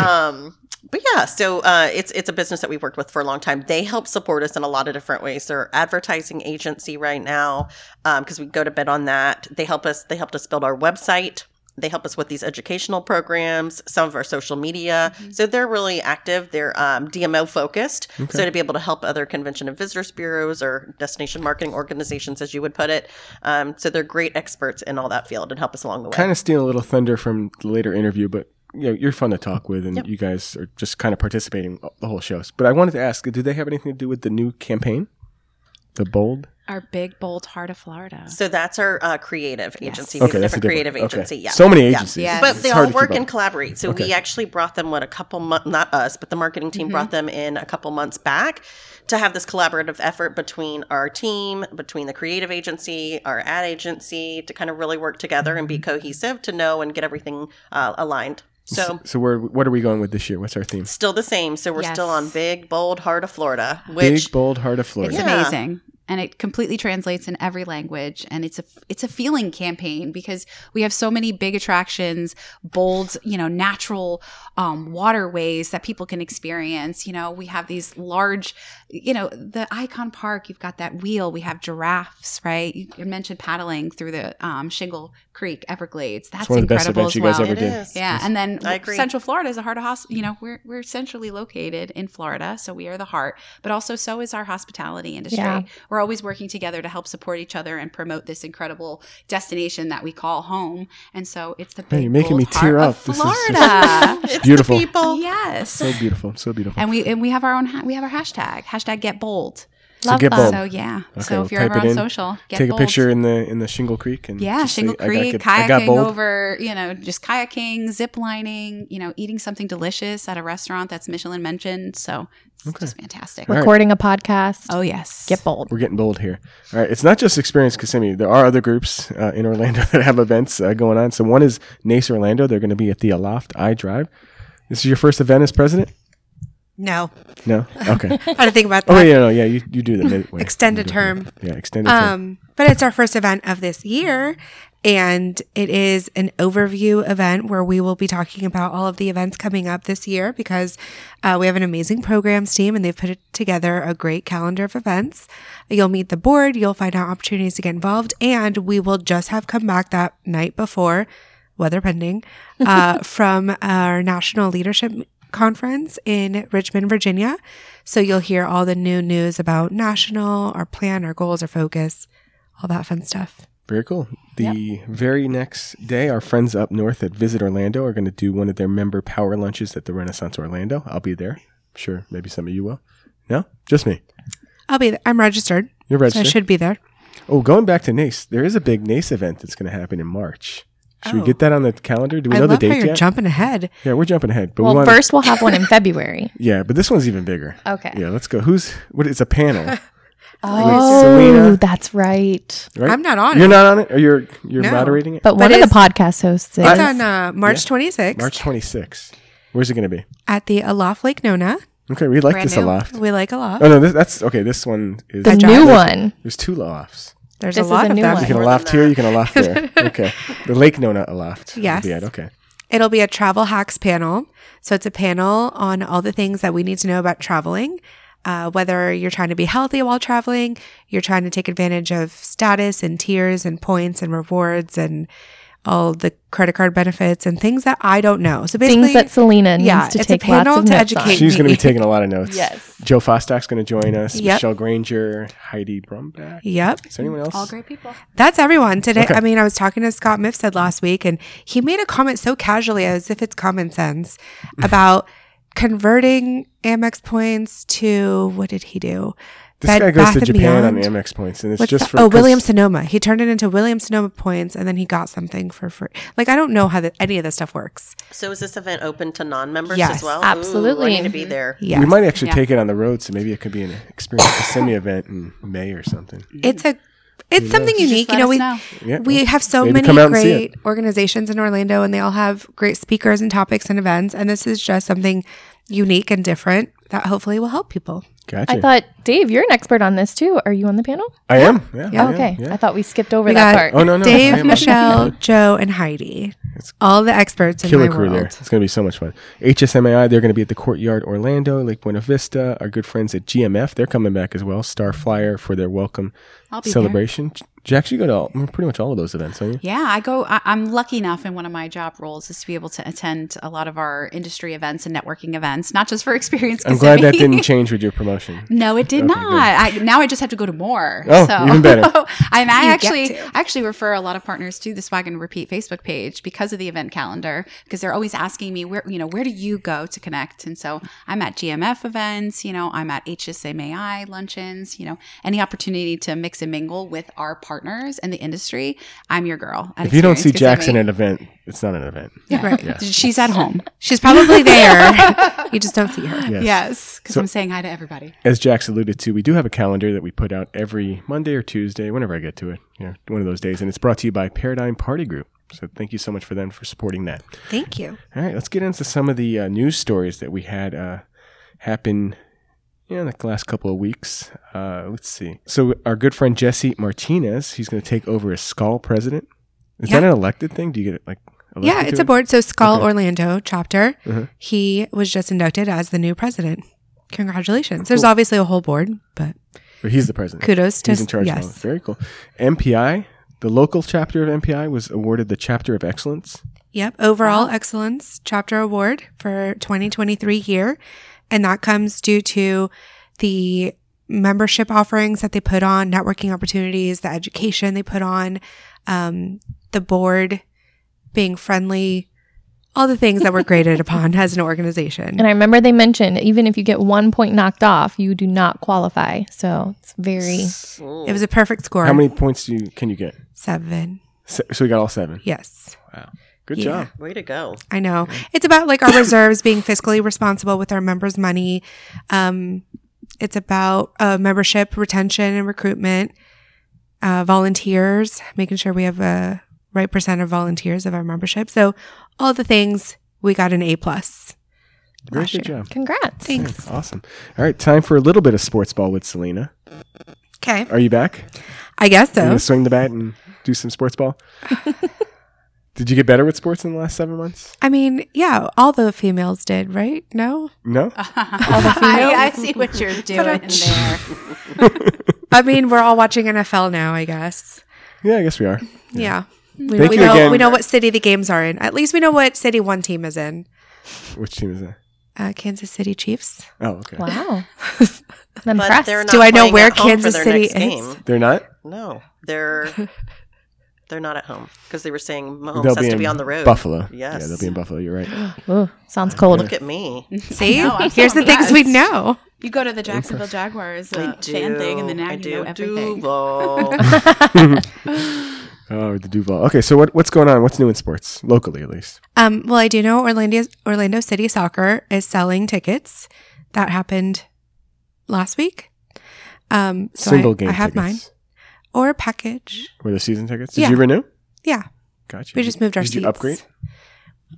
D: um, but yeah, so uh, it's it's a business that we've worked with for a long time. They help support us in a lot of different ways. They're advertising agency right now because we go to bid on that. They help us. They helped us build our website. They help us with these educational programs, some of our social media. So they're really active. They're um, DMO focused. So to be able to help other convention and visitors bureaus or destination marketing organizations, as you would put it. Um, so they're great experts in all that field and help us along the way.
A: Kind of stealing a little thunder from the later interview, but you know, you're fun to talk with, and you guys are just kind of participating the whole shows. But I wanted to ask, did they have anything to do with the new campaign? The bold?
E: Our big, bold heart of Florida.
D: So that's our uh, creative agency. We have
A: Okay,
D: a
A: that's a
D: different creative
A: one. Okay.
D: agency. Yeah.
A: So many
D: Yeah.
A: agencies.
E: Yeah.
D: But
A: It's
D: they
A: hard
D: all
A: to keep
D: work
A: up.
D: and collaborate. So
A: Okay.
D: we actually brought them what a couple months, not us, but the marketing team brought
A: Mm-hmm.
D: them in a couple months back to have this collaborative effort between our team, between the creative agency, our ad agency, to kind of really work together and
A: Mm-hmm.
D: be cohesive to know and get everything uh, aligned. So
A: So where what are we going with this year? What's our theme?
D: still the same. So we're
E: Yes.
D: still on big, bold, heart of Florida, which
A: Big bold heart of Florida.
E: It's
D: Yeah.
E: amazing. And it completely translates in every language, and it's a it's a feeling campaign because we have so many big attractions, bold, you know, natural um, waterways that people can experience. You know, we have these large, you know, the Icon Park. You've got that wheel. We have giraffes, right? You, you mentioned paddling through the um, Shingle Creek Everglades. That's
A: it's one of the best
E: incredible
A: events
E: as
A: you guys ever
E: well.
D: It
A: did.
D: is.
E: Yeah, and then
D: I agree.
E: Central Florida is a heart of hospital. You know, we're we're centrally located in Florida, so we are the heart, but also so is our hospitality industry.
C: Yeah.
E: We're always working together to help support each other and promote this incredible destination that we call home. And so it's the big
A: you're making
E: bold
A: me tear up.
E: heart of
A: This is just-
E: Florida.
D: it's
A: Beautiful.
D: the people.
E: yes.
A: So beautiful. So beautiful.
E: And we and we have our own ha- we have our hashtag hashtag get bold.
A: So get
E: bug.
A: bold.
E: So yeah.
A: Okay,
E: so
A: we'll
E: if you're ever
A: type it
E: on
A: in,
E: social, get
A: Take
E: bold.
A: a picture in the in the Shingle Creek and
E: Yeah,
A: Mm, just say,
E: Shingle
A: I got
E: Creek,
A: good- I got
E: kayaking
A: bold.
E: over, you know, just kayaking, zip lining, you know, eating something delicious at a restaurant that's Michelin mentioned. So it's
A: Okay.
E: just fantastic.
A: All right.
C: Recording a podcast.
E: Oh yes.
C: Get bold.
A: We're getting bold here. All right. It's not just Experience Kissimmee. There are other groups uh, in Orlando that have events uh, going on. So one is NACE Orlando. They're going to be at the Aloft I Drive. This is your first event as president?
B: No,
A: No? Okay.
B: I don't think about that.
A: oh, yeah, no, yeah. You, you do the midway. You
B: Extended
A: do it
B: term.
A: midway. Yeah, extended term.
B: Um, but it's our first event of this year, and it is an overview event where we will be talking about all of the events coming up this year because uh, we have an amazing programs team and they've put it together a great calendar of events. You'll meet the board, you'll find out opportunities to get involved, and we will just have come back that night before, weather pending, uh, from our national leadership conference in Richmond, Virginia. So you'll hear all the new news about national, our plan, our goals, our focus, all that fun stuff.
A: Very cool. The very next day, our friends up north at Visit Orlando are going to do one of their member power lunches at the Renaissance Orlando. I'll be there. sure maybe some of you will. No? Just me.
B: I'll be there. I'm registered,
A: You're
B: so I
A: registered.
B: should be there.
A: Oh, going back to NACE, there is a big NACE event that's going to happen in March. Should we
B: Oh.
A: get that on the calendar? Do we
B: I
A: know
B: love
A: the
B: how
A: date
B: you're
A: yet?
B: jumping ahead.
A: yeah, we're jumping ahead, but we
C: Well,
A: want.
C: first we'll have one in February.
A: yeah, but this one's even bigger.
C: Okay.
A: Yeah, let's go. Who's what? It's a panel,
C: Oh,
A: Selena.
C: that's right.
A: right?
B: I'm not on
A: You're
B: it.
A: not on it, or you're you're
B: No.
A: moderating it.
C: But one of
B: it's-
C: the podcast hosts is
B: It's on uh, March 26th
A: March 26th. Where's it going to be?
B: at the Aloft Lake Nona.
A: Okay, we like
E: Brand
A: this
E: new.
A: aloft.
B: We like Aloft.
A: Oh no, this, that's okay. This one is
C: the new one.
A: There's two lofts.
B: There's
C: this
B: a
C: is
B: lot
C: a
B: of
C: new
B: them.
A: You
C: one.
A: can
D: More than
A: aloft here.
D: that.
A: You can aloft there. Okay, the Lake Nona aloft. will
B: Yes.
A: be at, Okay.
B: It'll be a travel hacks panel. So it's a panel on all the things that we need to know about traveling. Uh, whether you're trying to be healthy while traveling, you're trying to take advantage of status and tiers and points and rewards and all the credit card benefits and things that I don't know. So basically,
C: Things that Selena needs
B: yeah,
C: to
B: it's a
C: take lots
B: panel
C: of
B: to
C: notes on.
B: educate.
A: She's going to
B: me.
A: be taking a lot of notes.
C: Yes.
A: Joe Fostock's going to join us.
B: Yep.
A: Michelle Granger, Heidi Brumback.
B: yep,
A: Is there anyone else?
E: All great people.
B: that's everyone today.
A: Okay.
B: I mean, I was talking to Scott Mifsud last week, and he made a comment so casually, as if it's common sense,
A: Mm-hmm.
B: about converting Amex points to what did he do?
A: This
B: Bed
A: guy goes
B: Bath
A: to
B: and
A: Japan on
B: Beyond?
A: Amex points, and it's
B: What's
A: just
B: the-
A: for
B: oh
A: cus-
B: William Sonoma. He turned it into William Sonoma points, and then he got something for free. Like I don't know how that any of this stuff works.
D: So is this event open to non-members
B: Yes,
D: as well?
C: absolutely.
D: Ooh, I need to be there.
B: Yeah,
A: We might actually
E: Yeah.
A: take it on the road, so maybe it could be an experience semi event in May or something.
B: it's a it's something unique.
E: Just
B: You
E: let
B: know,
E: us
B: we
E: know.
A: Yeah,
B: we have so
A: Maybe
B: many
A: come out and see
B: great organizations in Orlando, and they all have great speakers and topics and events. And this is just something unique and different that hopefully will help people.
A: gotcha.
C: I thought, Dave, you're an expert on this too. Are you on the panel?
A: I am. Yeah, I am,
C: Oh, okay.
A: yeah.
C: I thought we skipped over
B: We
C: that
B: got-
C: part.
A: oh no, no, I am
B: Dave,
A: on-
B: Michelle, Joe, and Heidi, all the experts in
A: Killer
B: my
A: crew
B: world.
A: there. It's going to be so much fun. HSMAI, they're going to be at the Courtyard Orlando, Lake Buena Vista. Our good friends at GMF, they're coming back as well. Star Flyer for their welcome
E: I'll be there.
A: celebration. J- Jack, you go to all, mm, pretty much all of those events, don't you?
E: Yeah, I go. I, I'm lucky enough in one of my job roles is to be able to attend a lot of our industry events and networking events, not just for experience.
A: I'm glad that
E: Kissimmee.
A: didn't change with your promotion.
E: No, it did
A: Okay,
E: not. I, now I just have to go to more.
A: Oh,
E: so.
A: even better.
E: I'm,
B: You
E: I
B: get
E: actually
B: to.
E: I actually refer a lot of partners to the Swag and Repeat Facebook page because of the event calendar because they're always asking me where you know where do you go to connect and so I'm at GMF events, you know, I'm at HSMAI luncheons, you know, any opportunity to mix and mingle with our partners and the industry. I'm your girl. at
A: If you don't see
E: Experience
A: Jackson
E: Kissimmee.
A: at an event, it's not an event.
B: Right.
E: she's at home.
B: She's probably there. you just don't see her.
A: Yes.
E: Yes, because
A: So-
E: I'm saying hi to everybody.
A: As Jack's alluded to, we do have a calendar that we put out every Monday or Tuesday, whenever I get to it, you know, one of those days. And it's brought to you by Paradigm Party Group. So thank you so much for them for supporting that.
B: Thank you.
A: All right, let's get into some of the uh, news stories that we had uh, happen yeah, in the last couple of weeks. Uh, let's see. So our good friend Jesse Martinez, he's going to take over as Skull president. Is that
B: Yeah.
A: an elected thing? Do you get like? Elected
B: Yeah,
A: to
B: it's
A: it?
B: a board. So Skull Orlando chapter,
A: Mhm.
B: he was just inducted as the new president. Congratulations. There's obviously a whole board, but
A: Or he's the president.
B: kudos to
A: He's in charge now.
B: yes.
A: Very cool. MPI, the local chapter of MPI, was awarded the chapter of excellence.
B: Yep. Overall Excellence Chapter Award for 2023 year. And that comes due to the membership offerings that they put on, networking opportunities, the education they put on, um, the board being friendly, all the things that we're graded upon as an organization.
C: And I remember they mentioned even if you get one point knocked off, you do not qualify. So it's very
B: it was a perfect score.
A: How many points do you, can you get?
B: Seven.
A: Se- So we got all seven.
B: Yes.
A: Good
B: Yeah.
A: job.
D: Way to go.
B: I know. It's about like our reserves being fiscally responsible with our members' money. Um, it's about uh, membership retention and recruitment, uh, volunteers, making sure we have a right percent of volunteers of our membership. So all the things we got an A plus.
A: Very
B: last
A: good
B: year.
A: job.
C: congrats.
B: Thanks.
A: Awesome. All right, time for a little bit of sports ball with Selena.
B: Okay,
A: Are you back?
B: I guess
A: You
B: so.
A: gonna swing the bat and do some sports ball? Did you get better with sports in the last seven months?
B: I mean, yeah, all the females did, right? No,
A: No?
E: I, I see what you're doing there.
B: I mean we're all watching NFL now. I guess.
A: Yeah, I guess we are.
B: Yeah. We,
A: Thank
B: we
A: you
B: know
A: again.
B: we know what city the games are in. At least we know what city one team is in.
A: Which team is that?
B: uh, Kansas City Chiefs.
A: Oh, okay.
C: Wow. I'm
D: But
C: impressed.
D: they're not
B: Do I know
D: playing
B: where
D: at home for
B: Kansas
D: their
B: City
D: next
B: is?
D: game.
A: They're not?
D: No, they're they're not at home because they were saying Mahomes
A: They'll
D: has to
A: in
D: be on the road.
A: Buffalo.
D: Oh, Yes.
A: Yeah, they'll be in Buffalo. You're right.
C: Ooh, sounds cold.
D: Look at me.
B: See,
E: know, I'm so
B: here's the things we
E: impressed.
B: know.
E: You go to the Jacksonville Jaguars
D: I
E: uh,
D: do.
E: fan thing, and then now
D: I
E: you
D: do.
E: know everything.
D: Duval.
A: Oh, the Duval. Okay, so what, what's going on? What's new in sports? Locally, at least.
B: Um, well, I do know Orlando Orlando City Soccer is selling tickets. That happened last week. Um, so
A: Single
B: I,
A: game
B: I have
A: tickets.
B: mine or a package.
A: Were the season tickets? Did
B: Yeah.
A: you renew?
B: Yeah,
A: Gotcha.
B: We just moved our
A: Did
B: seats.
A: you upgrade?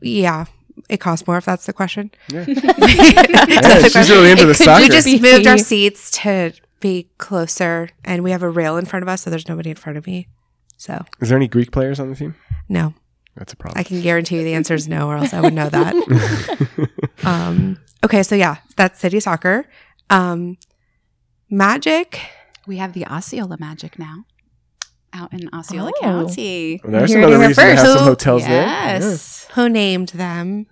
B: yeah. It costs more if that's the question.
A: Yeah.
B: That's the
A: she's
B: question.
A: really into the
C: It could
A: soccer.
B: we
C: Soccer.
B: just moved our seats to be closer, and we have a rail in front of us, so there's nobody in front of me. So
A: Is there any Greek players on the team?
B: no,
A: That's a problem.
B: I can guarantee you the answer is no, or else I would know that. um, okay, so yeah, that's city soccer. Um, magic.
E: We have the Osceola Magic now, out in Osceola
C: Oh.
E: County.
A: Well, there's
C: Here it
A: another
C: is
A: reason to have
C: first.
A: some hotels there. Yeah.
E: yes,
B: Who named them?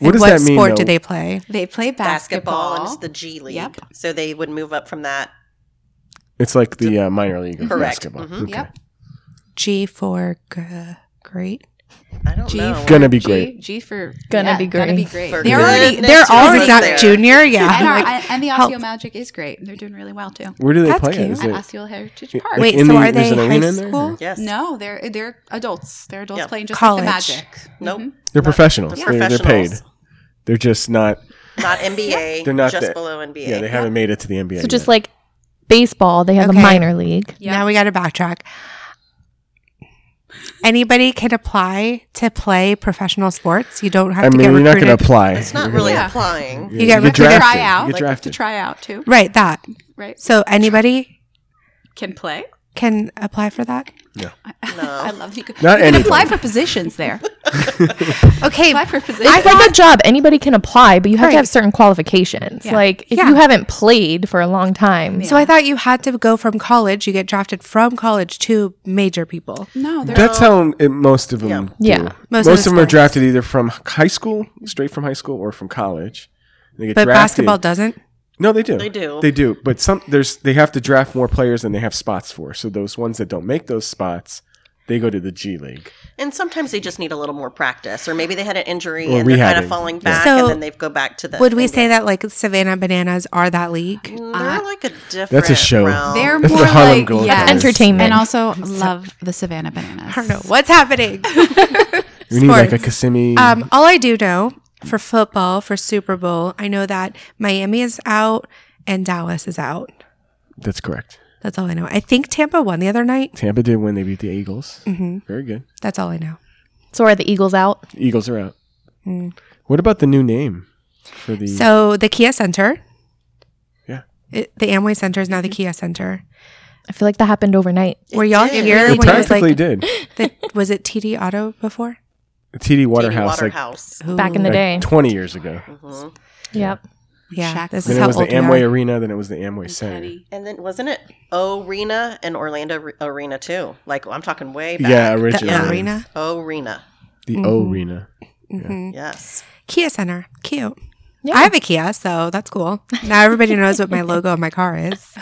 A: What
B: And
A: does
B: what
A: that mean?
B: sport
A: though?
B: did they play?
E: they play
D: basketball
E: basketball.
D: and it's the G League.
E: Yep.
D: So they would move up from that.
A: It's like the uh, minor league of
D: Correct.
A: basketball.
D: Mhm.
A: Okay.
E: Yep.
B: G for g- great.
D: I don't
E: G
D: know.
E: for-
A: Gonna be
E: G-
A: great.
E: G for
C: Gonna
E: yeah,
C: be
E: Gonna
C: great.
E: be great.
D: For
E: They're
D: good.
E: already
D: Goodness
E: they're
D: gracious.
B: Oh,
E: already
B: it's not
D: there.
B: junior. Yeah.
E: and, our,
B: I'm like,
E: and the
B: help.
E: Osceola Magic is great. They're doing really well too.
A: Where do they
B: That's
A: play?
B: cute.
A: Is
E: At
A: it-
E: Osceola Heritage
A: it-
E: Park.
A: like
B: Wait,
A: in
B: so
A: the-
B: are they
A: there's an
B: high
A: arena in there?
B: school?
D: Yes.
E: No, they're they're adults. They're adults
D: Yeah.
E: playing just
B: College.
E: like the Magic.
D: Nope.
E: Mhm.
A: They're
D: Not-
A: professionals.
D: they're
A: They're, they're paid.
D: professionals.
A: They're just not.
D: Not NBA.
A: They're not
D: just
A: the-
D: below NBA.
A: Yeah, they haven't made it to the NBA.
C: so just
A: yet.
C: like baseball, they have
B: Okay.
C: a minor league.
E: Yeah.
B: Now we got to backtrack. Anybody can apply to play professional sports. You don't have
A: I
B: to
A: mean,
B: get
A: you're not
B: recruited.
A: going to apply.
D: It's not
A: You're
D: really
E: Yeah.
D: applying.
B: You get
A: you
B: recruited.
A: drafted.
E: Try out,
A: You get
E: like,
A: drafted.
E: to try out too,
B: Right, that.
E: right?
B: So anybody
E: Can play.
B: can apply for that.
D: No.
E: I love you.
A: Not
E: you can
A: anything.
E: apply for positions there.
B: Okay,
E: apply for positions.
C: It's like a job. Anybody can apply, but you have
B: Right.
C: to have certain qualifications.
E: Yeah.
C: Like if
B: Yeah.
C: you haven't played for a long time,
B: so I thought you had to go from college. You get drafted from college to major people.
E: no, they're
A: That's how it, most of them.
D: Yeah.
A: do.
C: Yeah.
B: Most
A: Most,
B: of the
A: of them are
B: sports.
A: drafted either from high school, straight from high school, or from college. They get
B: But
A: drafted-
B: basketball doesn't.
A: No, they do.
D: They do.
A: They do. But some there's they have to draft more players than they have spots for. So those ones that don't make those spots, they go to the G League.
D: And sometimes they just need a little more practice, or maybe they had an injury
A: Or
D: and they're kind
A: rehabbing.
D: of falling back,
B: So,
D: and then they go back to the.
B: Would we
D: NBA.
B: say that like Savannah Bananas are that league?
C: Mm.
D: They're like a different.
A: show.
D: realm.
E: they're
A: That's the
E: more
A: Harlem
E: like
A: Globetrotters.
E: yes.
C: Entertainment.
E: and also love the Savannah Bananas.
B: I don't know what's happening.
A: We need like a
B: Sports.
A: Kissimmee.
B: Um, all I do know for football for Super Bowl, I know that Miami is out and Dallas is out.
A: that's correct.
B: That's all I know. I think Tampa won the other night.
A: Tampa did win. They beat the Eagles.
B: hmm
A: Very good.
B: That's all I know.
C: so are the Eagles out?
A: The Eagles are out.
B: Mm.
A: What about the new name for the?
B: So the Kia Center.
A: Mm. Yeah.
B: It, the Amway Center is now the
C: Mm-hmm.
B: Kia Center.
C: I feel like that happened overnight.
B: Were y'all
D: did.
B: here
A: they
B: when it was
A: practically
B: like
A: did.
B: the, was it TD Auto before?
A: TD Waterhouse,
D: Waterhouse,
A: like,
D: Waterhouse.
C: Back in the
A: like
C: day.
A: twenty years ago.
D: Mhm.
C: Yep.
B: Yeah,
E: Shaq
B: this is
E: was
A: Then it
B: how
A: was the
B: old we are.
A: Amway Arena. Then it was the Amway Center.
E: Penny.
D: And then wasn't it Arena and Orlando Re- Arena too? Like I'm talking way back.
A: Yeah,
B: The
A: originally
B: arena. Mm-hmm.
D: Arena.
A: The
C: Mhm.
A: O Arena.
B: hmm
D: Yes.
B: Kia Center. Cute.
C: Yeah.
B: I have a Kia, so that's cool. Now everybody knows what my logo on my car is.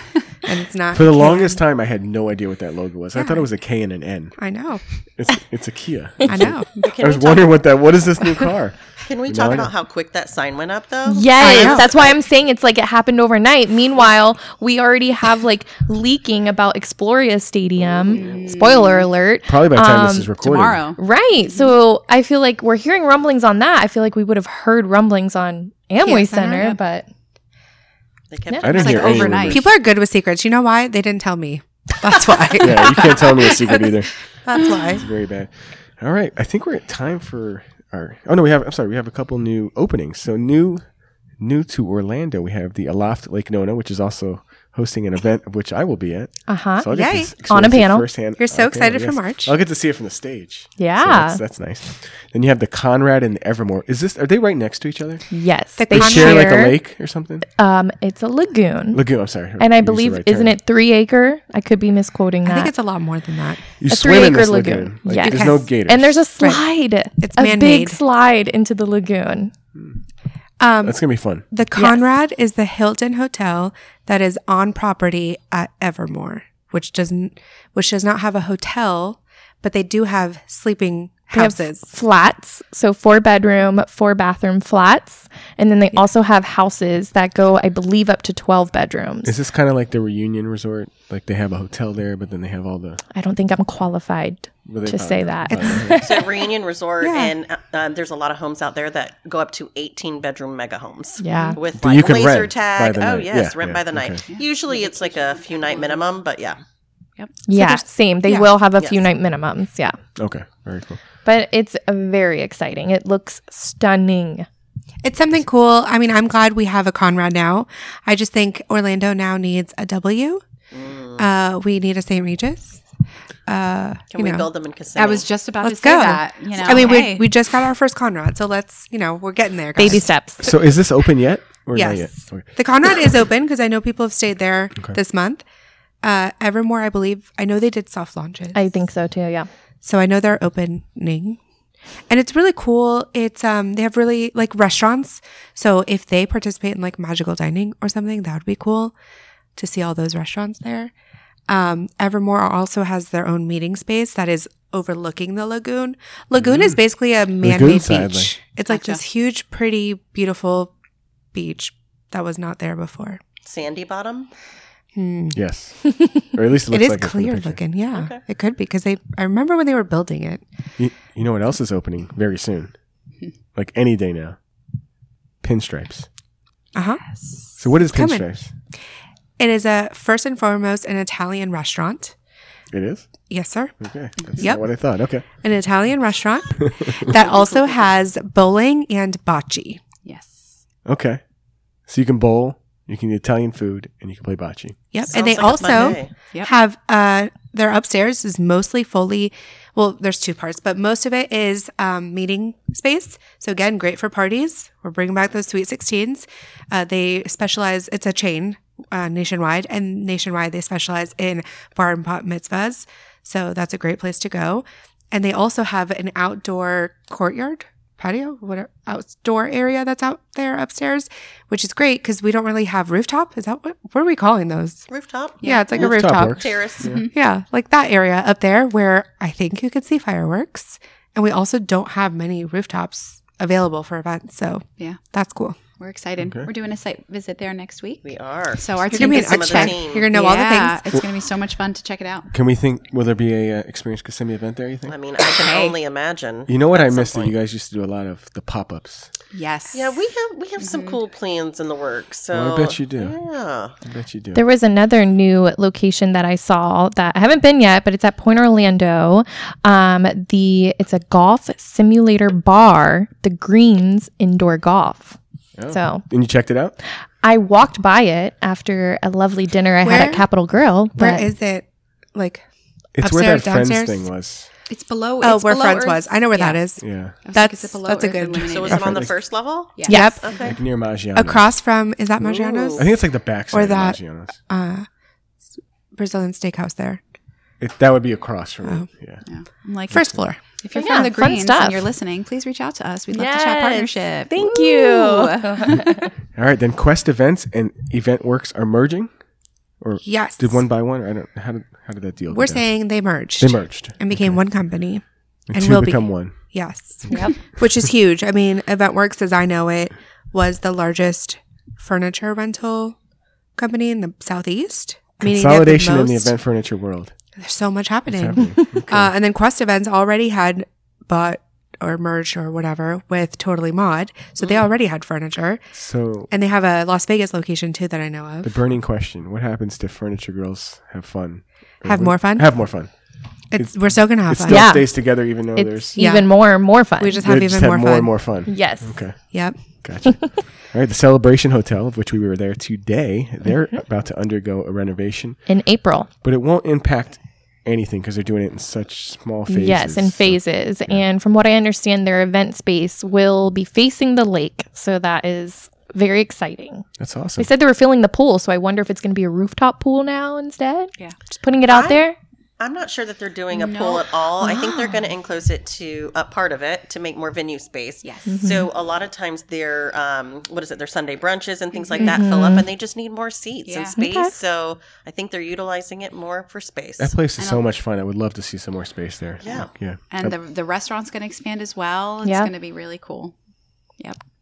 B: and it's not
A: For the
B: Kia.
A: longest time, I had no idea what that logo was. I thought it was a K and an N.
B: I know.
A: It's it's a Kia.
B: I know.
A: I was wondering what that. What is this new car?
D: Can we
A: No,
D: talk
A: I
D: about
A: don't.
D: how quick that sign went up, though?
B: I know.
C: Yes, that's why I'm saying it's like it happened overnight. Meanwhile, we already have like leaking about Exploria Stadium.
E: Mm.
C: Spoiler alert.
A: Probably by the time this
C: Um,
A: is recorded.
E: Tomorrow.
C: Right. So I feel like we're hearing rumblings on that. I feel like we would have heard rumblings on Amway
B: Yeah,
C: Center,
B: Center, yeah.
C: but
D: They kept
C: I
A: I didn't
E: It's like
A: hear any
E: overnight.
A: rumors.
B: People are good with secrets. You know why? They didn't tell me. That's why.
A: Yeah, you can't tell me a secret either.
B: That's why.
A: It's very bad. All right, I think we're at time for our. Oh no, we have. I'm sorry, we have a couple new openings. So new, new to Orlando, we have the Aloft Lake Nona, which is also hosting an event of which I will be at.
C: uh huh.
A: So I'll get to
B: Yay.
A: s-
C: On
A: experience
C: a
A: it
C: panel.
A: firsthand.
B: You're so
A: On a
B: excited for March.
A: I'll get to see it from the stage. So
C: Yeah.
A: that's, that's nice. Then you have the Conrad and the Evermore. Is this? Are they right next to each other?
C: Yes.
B: The
C: they
B: Conrad-
A: Share
C: share
A: like a lake or something?
C: Um, it's a lagoon.
A: Lagoon. I'm sorry.
C: and I
A: used the
C: believe
A: right
C: isn't
A: term.
C: it three acre? I could be misquoting that.
B: I think it's a lot more than that.
A: You
C: a
A: swim in
C: three-acre
A: this
C: lagoon.
A: lagoon. Like,
C: Yes.
A: There's no gators.
C: and there's a slide.
B: It's
C: a
B: man-made.
C: big slide into the lagoon.
B: Um,
A: That's gonna be fun.
B: the Conrad is the Hilton Hotel that is on property at Evermore, which doesn't, which does not have a hotel, but they do have sleeping
C: They have
B: houses.
C: flats, so four bedroom, four bathroom flats, and then they also have houses that go, I believe, up to twelve bedrooms.
A: Is this kind of like the reunion resort? Like they have a hotel there, but then they have all the.
C: I don't think I'm qualified
A: well, they
C: to
A: probably
C: say
A: don't.
C: that.
D: So Reunion Resort,
B: Yeah.
D: and uh, um, there's a lot of homes out there that go up to 18 bedroom mega homes.
C: Yeah.
D: with
A: That
D: like
A: you can
D: laser
A: rent
D: tag.
A: by the
D: oh
A: night.
D: yes,
A: Yeah,
D: rent
A: yeah,
D: by the night.
A: okay.
D: Usually it's like a few night minimum, but yeah,
C: yeah,
B: there's-
C: same. They
B: yeah.
C: will have a few
D: Yes.
C: night minimums. Yeah,
A: Okay, very cool.
C: but it's uh, very exciting. It looks stunning.
B: It's something cool. I mean, I'm glad we have a Conrad now. I just think Orlando now needs a W.
E: Mm.
B: Uh, we need a St. Regis. Uh,
D: can
B: you
D: we
B: know.
D: build them in Kissimmee?
E: I was just about
B: Let's
E: to say
B: go.
E: that. You know,
B: I mean,
E: Hey.
B: we, we just got our first Conrad, so let's, you know, we're getting there. guys.
C: Baby steps.
A: So is this open yet? Or not yet?
B: Yes.
A: Okay.
B: The Conrad is open because I know people have stayed there this month. Uh, Evermore, I believe. I know they did soft launches.
C: I think so too. Yeah.
B: so I know they're opening. And it's really cool. It's um they have really like restaurants. So if they participate in like magical dining or something, that would be cool to see all those restaurants there. Um, Evermore also has their own meeting space that is overlooking the lagoon. Lagoon is basically a
A: Mm.
B: man-made
A: side, like-
B: beach. It's like this huge, pretty, beautiful beach that was not there before.
D: Sandy Bottom.
B: Hmm.
A: Yes. or at least it
B: It
A: looks
B: is
A: like from the
B: clear
A: picture.
B: looking. Yeah,
D: Okay.
B: it could be because they. I remember when they were building it.
A: You, you know what else is opening very soon? Like any day now. Pinstripes.
B: Uh huh.
A: So what is
B: Coming.
A: pinstripes?
B: It is a first and foremost an Italian restaurant.
A: It is?
B: Yes, sir.
A: Okay. That's
B: Yep.
A: not what I thought. Okay.
B: An Italian restaurant that also has bowling and bocce.
E: yes.
A: Okay. So you can bowl, you can eat Italian food, and you can play bocce.
B: Yep.
D: Sounds
B: and they
D: like it's my
B: also
D: day.
E: Yep.
B: have uh their upstairs is mostly fully well, there's two parts, but most of it is um, meeting space. So again, great for parties. We're bringing back those Sweet 16s. Uh, they specialize. It's a chain uh, nationwide, and nationwide they specialize in bar and pot mitzvahs. So that's a great place to go. And they also have an outdoor courtyard, patio, whatever outdoor area that's out there upstairs, which is great because we don't really have rooftop. Is that what, what are we calling those?
D: rooftop
B: Yeah, it's like
A: Rooftop
B: a rooftop.
A: works.
D: terrace.
B: Yeah, like that area up there where I think you could see fireworks. And we also don't have many rooftops available for events. So
E: Yeah.
B: that's cool.
E: We're excited. We're doing a site visit there next week.
D: We are.
E: So our
B: You're
E: team
B: gonna be
E: is
B: an
D: some of the
B: expert.
D: team.
B: You're gonna know all
E: Yeah,
B: the things.
E: It's going to be so much fun to check it out.
A: Can we think, will there be a uh, Experience Kissimmee event there, you think?
D: I mean, I can only imagine.
A: you know what I
D: at some
A: missed that
D: point.
A: you guys used to do a lot of? The pop-ups.
E: Yes.
D: Yeah, we have we have
B: Mm-hmm.
D: some cool plans in the works. So
A: Well, I bet you do.
D: Oh, Yeah.
A: I bet you do.
C: There was another new location that I saw that I haven't been yet, but it's at Point Orlando. Um, the it's a golf simulator bar, the Greens Indoor Golf.
A: Oh.
C: So
A: and you checked it out?
C: I walked by it after a lovely dinner I had
B: Where?
C: at Capitol Grill.
B: Where
C: But
B: is it? Like,
A: It's where that
B: Upstairs, downstairs?
A: Friends thing was.
E: It's below.
B: oh,
E: it's
B: where
E: below
B: Friends
E: Earth-
B: was. I know where that
E: Yeah.
B: is.
A: Yeah.
E: I was like, it's a
B: That's-
E: below
B: that's a
E: Earth
B: good-
E: illuminated
D: So is it on the
A: Perfect.
D: first level?
E: Yeah.
B: Yep.
D: Okay.
A: Like near Maggiano's.
B: Across from, is that
D: Ooh.
B: Maggiano's?
A: I think it's like the backside
B: Or
A: of
B: that-
A: Maggiano's.
B: Uh, Brazilian steakhouse there.
A: It, that would be across from
B: Oh.
A: it. Yeah.
E: Yeah. I'm like,
B: First floor.
E: if you're
C: Yeah,
E: from the
C: fun
E: Greens
C: stuff.
E: and you're listening, please reach out to us. We'd love to chat
C: Yes.
E: partnership.
C: Thank
E: Woo.
C: you.
A: All right, then Quest Events and Event Works are merging. Or
B: Yes.
A: did one buy one? I don't. How did how did that deal? go
B: We're
A: down?
B: saying they merged.
A: they merged
B: and became one company.
A: and,
B: and
A: two
B: will be-
A: become one.
B: Yes.
C: Yep.
B: Which is huge. I mean, EventWorks, as I know it, was the largest furniture rental company in the Southeast. meaning they have the
A: Consolidation in the
B: most-
A: event furniture world.
B: There's so much
A: It's
B: happening.
A: happening. Okay.
B: Uh, and then Quest Events already had bought or merged or whatever with Totally Mod. So they already had furniture.
A: so
B: And they have a Las Vegas location too that I know
A: the
B: of.
A: burning question: What happens to furniture girls have fun? Or
B: Have
A: would-
B: more fun?
A: Have more fun.
B: It's, we're still going to have
A: It
B: fun.
A: still
C: Yeah.
A: stays together, even though
C: It's
A: there's
B: Yeah.
C: even more more fun.
B: We just
A: they
B: have
A: just
B: even
A: have
B: more,
A: more
B: fun.
A: and more fun.
C: yes.
A: Okay.
B: Yep.
A: Gotcha. All right, the Celebration Hotel, of which we were there today, they're
B: Mm-hmm.
A: about to undergo a renovation,
C: In April.
A: but it won't impact anything because they're doing it in such small phases.
C: Yes, in phases. And from what I understand, their event space will be facing the lake. So that is very exciting.
A: That's
C: They
A: awesome.
C: said they were filling the pool, so I wonder if it's going to be a rooftop pool now instead.
E: Yeah.
C: Just putting it out
D: I-
C: there.
D: I'm not sure that they're doing a
E: No.
D: pool at all. I think they're going to enclose it to a part of it to make more venue space.
E: Yes. Mm-hmm.
D: So a lot of times their um, what is it? Their Sunday brunches and things like that fill up, and they just need more seats
E: Mm-hmm. Yeah.
D: and space.
C: Okay.
D: So I think they're utilizing it more for space.
A: That place is
E: And
A: so
E: I'll-
A: much fun. I would love to see some more space there.
D: Yeah.
A: Yeah.
E: And the, the restaurant's going to expand as well. It's
C: Yeah.
E: going to be really cool.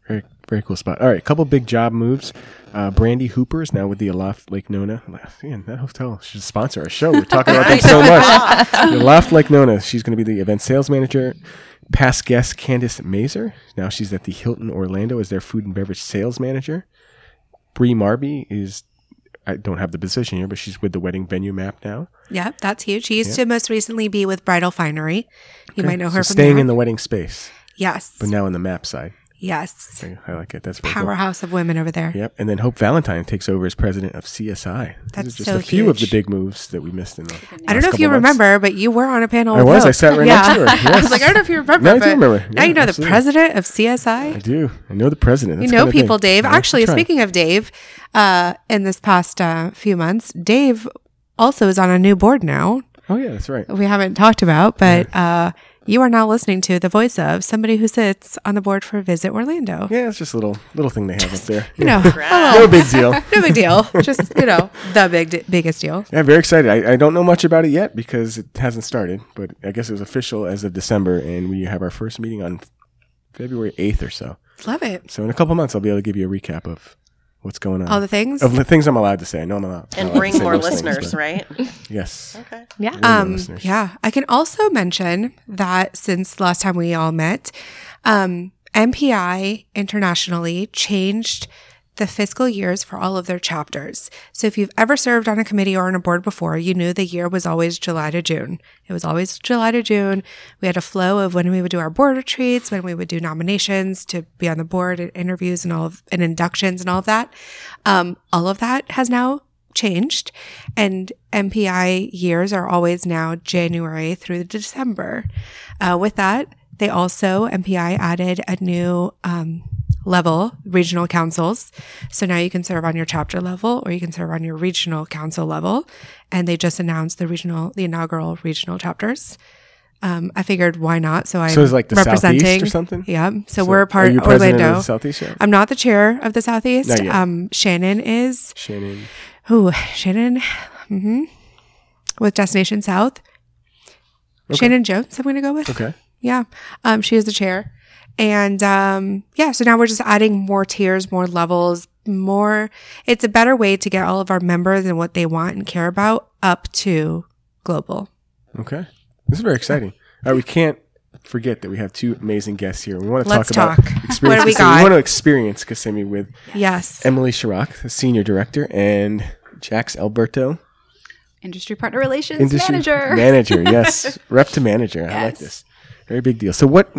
A: Very, very cool spot. All right, couple big job moves. Uh, Brandy Hooper is now with the Aloft Lake Nona. Man, that hotel should sponsor our show. We're talking about them so much. The Aloft Lake Nona. She's going to be the event sales manager. Past guest Candice Mazer. Now she's at the Hilton Orlando as their food and beverage sales manager. Bree Marby is. I don't have the position here, but she's with the wedding venue map now.
B: Yep. That's huge. She used to most recently be with Bridal Finery. You might know her
A: so
B: from
A: staying
B: there.
A: in the wedding space,
B: Yes.
A: but now on the map side.
B: yes.
A: I I like it. That's very cool.
B: Powerhouse of women over there.
A: Yep, and then Hope Valentine takes over as president of CSI.
B: That's
A: These are just
B: so
A: a few of the
B: huge.
A: big moves that we missed in the.
B: I don't know
A: last
B: if you
A: couple months.
B: remember, but you were on a panel.
A: I
B: with
A: was. I
B: Hope.
A: sat right next to her.
B: I was like, I don't know if you remember.
A: Now I do
B: but
A: remember.
B: Now
A: Yeah,
B: you know the
A: absolutely.
B: president of
A: I
B: CSI.
A: do. I know the president.
B: You
A: That's
B: know
A: kinda big.
B: people, Dave.
A: Yeah,
B: Actually,
A: I'm trying.
B: speaking of Dave, uh, in this past uh, few months, Dave also is on a new board now.
A: Oh yeah, that's right.
B: We haven't talked about, but uh, you are now listening to the voice of somebody who sits on the board for Visit Orlando.
A: Yeah, it's just a little little thing they have up there.
B: You know,
A: No big deal.
B: no big deal. Just you know, the big biggest deal.
A: Yeah, very excited. I, I don't know much about it yet because it hasn't started, but I guess it was official as of December, and we have our first meeting on February eighth or so.
B: Love it.
A: So in a couple months, I'll be able to give you a recap of what's going on.
B: All the things.
A: of the things I'm allowed to say. I know I'm allowed. I'm allowed
D: and
A: to
D: bring
A: say
D: more
A: most things,
D: listeners,
A: but-
D: right?
A: Yes.
D: Okay.
C: Yeah.
A: Bring more
B: Um,
A: listeners.
B: yeah, I can also mention that since last time we all met, um, MPI internationally changed the fiscal years for all of their chapters. So if you've ever served on a committee or on a board before, you knew the year was always July to June. It was always July to June. We had a flow of when we would do our board retreats, when we would do nominations to be on the board and interviews and all of and inductions and all of that. Um, all of that has now changed and MPI years are always now January through December. Uh, with that, they also, MPI added a new um, level, regional councils. So now you can serve on your chapter level or you can serve on your regional council level. And they just announced the regional, the inaugural regional chapters. Um, I figured why not? So I'm
A: So it's like the
B: representing.
A: southeast or something.
B: Yeah. So,
A: So
B: we're a part
A: Are you
B: of
A: president Of
B: Orlando.
A: the southeast yet?
B: I'm not the chair of the Southeast.
A: Not yet.
B: Um, Shannon is.
A: Shannon.
B: Ooh, Shannon hmm with Destination South.
A: Okay.
B: Shannon Jones, I'm going to go with.
A: Okay.
B: Yeah. Um, she is the chair. And um, yeah, so now we're just adding more tiers, more levels, more. It's a better way to get all of our members and what they want and care about up to global.
A: Okay. This is very exciting. All right, we can't forget that we have two amazing guests here. We want to
B: Let's
A: talk,
B: talk.
A: about experience.
B: What do we
A: Kissimmee.
B: got?
A: want to experience Kissimmee with
B: Yes.
A: Emily Chirac, the senior director, and Jax Alberto,
E: Industry partner relations
A: industry
E: manager.
A: manager. Yes, rep to manager. I like
E: Yes.
A: this. Very big deal. So what?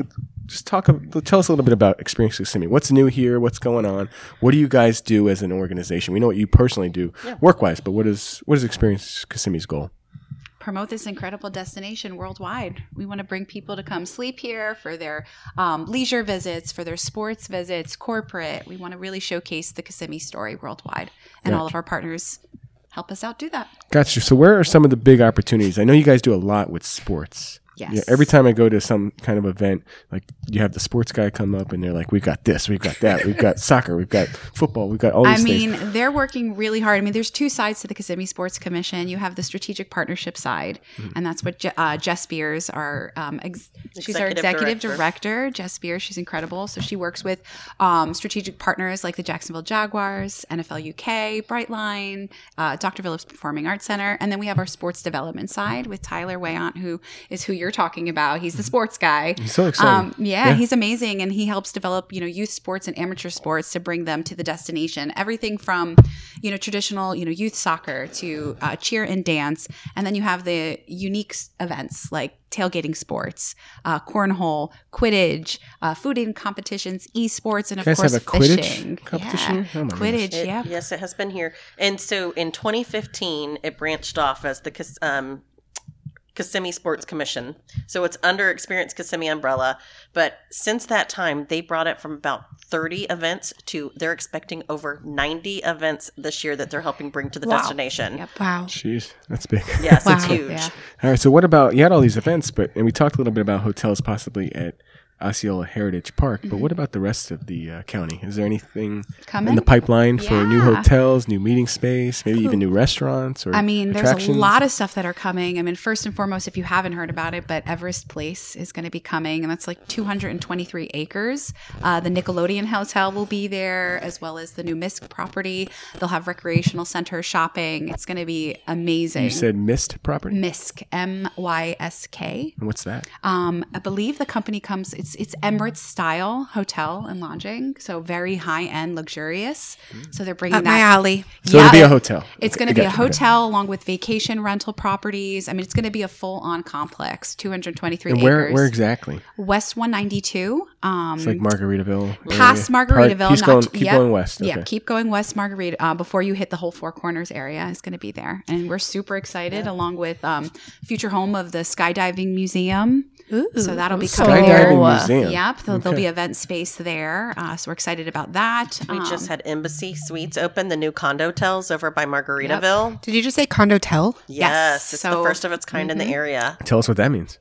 A: Just talk. a- Tell us a little bit about Experience Kissimmee. What's new here? What's going on? What do you guys do as an organization? We know what you personally do, work wise, but what is what is Experience Kissimmee's goal?
E: promote this incredible destination worldwide. We want to bring people to come sleep here for their um, leisure visits, for their sports visits, corporate. We want to really showcase the Kissimmee story worldwide, and all of our partners help us out do that.
A: Gotcha. So, where are some of the big opportunities? I know you guys do a lot with sports.
E: Yes.
A: Yeah, every time I go to some kind of event, like you have the sports guy come up and they're like, "We've got this, we've got that, we've got soccer, we've got football, we've got all
E: I
A: these things."
E: mean, they're working really hard. I mean, there's two sides to the Kissimmee Sports Commission. You have the strategic partnership side,
A: Mm-hmm.
E: and that's what Je- uh, Jess Spears, our um, ex- she's our
D: Executive
E: executive
D: director.
E: director. Jess Spears, she's incredible. So she works with um, strategic partners like the Jacksonville Jaguars, NFL UK, Brightline, uh, Dr. Phillips Performing Arts Center, and then we have our sports development side with Tyler Wayant, who is who you're talking about. He's the sports guy.
A: Mm-hmm. He's so exciting.
E: Um, yeah,
A: Yeah.
E: he's amazing, and he helps develop you know youth sports and amateur sports to bring them to the destination. Everything from you know traditional you know youth soccer to uh, cheer and dance, and then you have the unique s- events like tailgating sports, uh, cornhole, Quidditch, uh, food eating competitions, esports, and of
A: You guys
E: course
A: have a Quidditch
E: fishing.
A: competition?
E: Yeah.
A: Oh my
E: Quidditch,
D: It-
E: yeah.
D: Yes, it has been here. And so in 2015, it branched off as the Kiss- um, Kissimmee Sports Commission. So it's under Experience Kissimmee umbrella. But since that time, they brought it from about 30 events to they're expecting over 90 events this year that they're helping bring to the
E: Wow.
D: destination.
E: Yep.
B: Wow.
A: Jeez, that's big.
D: Yes, it's
B: Wow.
D: huge.
E: Yeah.
A: All right, so what about you had all these events, but and we talked a little bit about hotels possibly at Osceola Heritage Park, but what about the rest of the uh, county? Is there anything
E: Mm-hmm. Coming?
A: in the pipeline for new
E: Yeah.
A: hotels, new meeting space, maybe even new restaurants or
E: I mean, there's a
A: attractions?
E: lot of stuff that are coming. I mean, first and foremost, if you haven't heard about it, but Everest Place is going to be coming, and that's like 223 acres. Uh, the Nickelodeon Hotel will be there, as well as the new Misk property. They'll have recreational center, shopping. It's going to be amazing.
A: You said missed property.
E: Misk, M Y S K.
A: And what's that?
E: Um, I believe the company comes. It's it's Emirates style hotel and lodging, so very high end, luxurious.
A: Hmm.
E: So they're bringing
B: Up
E: that
B: my alley.
A: So it'll be a hotel.
E: it's
A: Okay,
E: going to be
A: I
E: a
A: got you. Okay.
E: hotel along with vacation rental properties. I mean, it's going to be a full on complex, 223
A: And where
E: acres.
A: where exactly?
E: West 192. Um,
A: It's like Margaritaville. area.
E: past
A: Park-
E: Margaritaville.
A: keep
E: not-
A: going, keep
E: yep,
A: going west.
E: Yeah,
A: okay.
E: keep going west, Margarita, uh, before you hit the whole Four Corners area. It's going to be there. And we're super excited, along with um, future home of the Skydiving Museum. So that'll be coming
A: Skydiving
E: there.
A: Museum.
E: Yep, so
A: Okay.
E: there'll be event space there. Uh, so we're excited about that.
D: We
E: Um,
D: just had Embassy Suites open, the new condo tels over by Margaritaville.
B: Did you just say condotel?
D: Yes,
E: Yes,
D: it's the
E: so- mm-hmm.
D: first of its kind in the area.
A: Tell us what that means.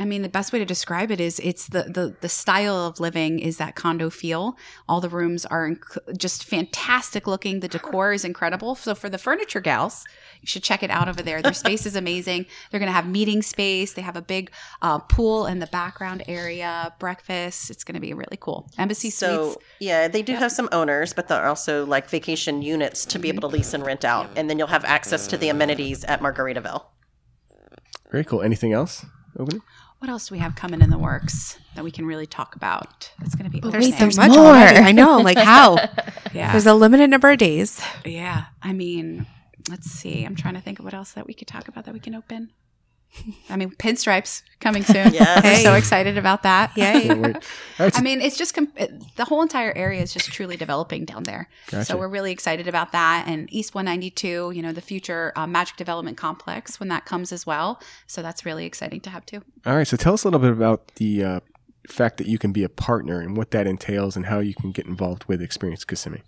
E: I mean, the best way to describe it is it's the the, the style of living is that condo feel. All the rooms are inc- just fantastic looking. The decor is incredible. So for the furniture gals, you should check it out over there. Their space is amazing. They're going to have meeting space. They have a big uh, pool in the background area, breakfast. It's going to be really cool. Embassy
D: So
E: Suites.
D: yeah, they do have some owners, but they're also like vacation units to be able to lease and rent out, and then you'll have access to the amenities at Margaritaville.
A: Very cool. Anything else? Opening?
E: What else do we have coming in the works that we can really talk about? It's going to be
B: There's
E: interesting.
B: so much
C: more.
B: already. I know. Like how?
E: yeah.
B: There's a limited number of days.
E: Yeah. I mean, let's see. I'm trying to think of what else that we could talk about that we can open. I mean, pinstripes coming soon.
D: Yes.
E: We're so excited about that.
B: Yay.
A: Can't wait. All right,
E: I mean, it's just com- it- the whole entire area is just truly developing down there.
A: Gotcha.
E: So we're really excited about that. And East 192, you know, the future uh, Magic Development Complex when that comes as well. So that's really exciting to have too.
A: All right. So tell us a little bit about the uh, fact that you can be a partner and what that entails and how you can get involved with Experience Kissimmee.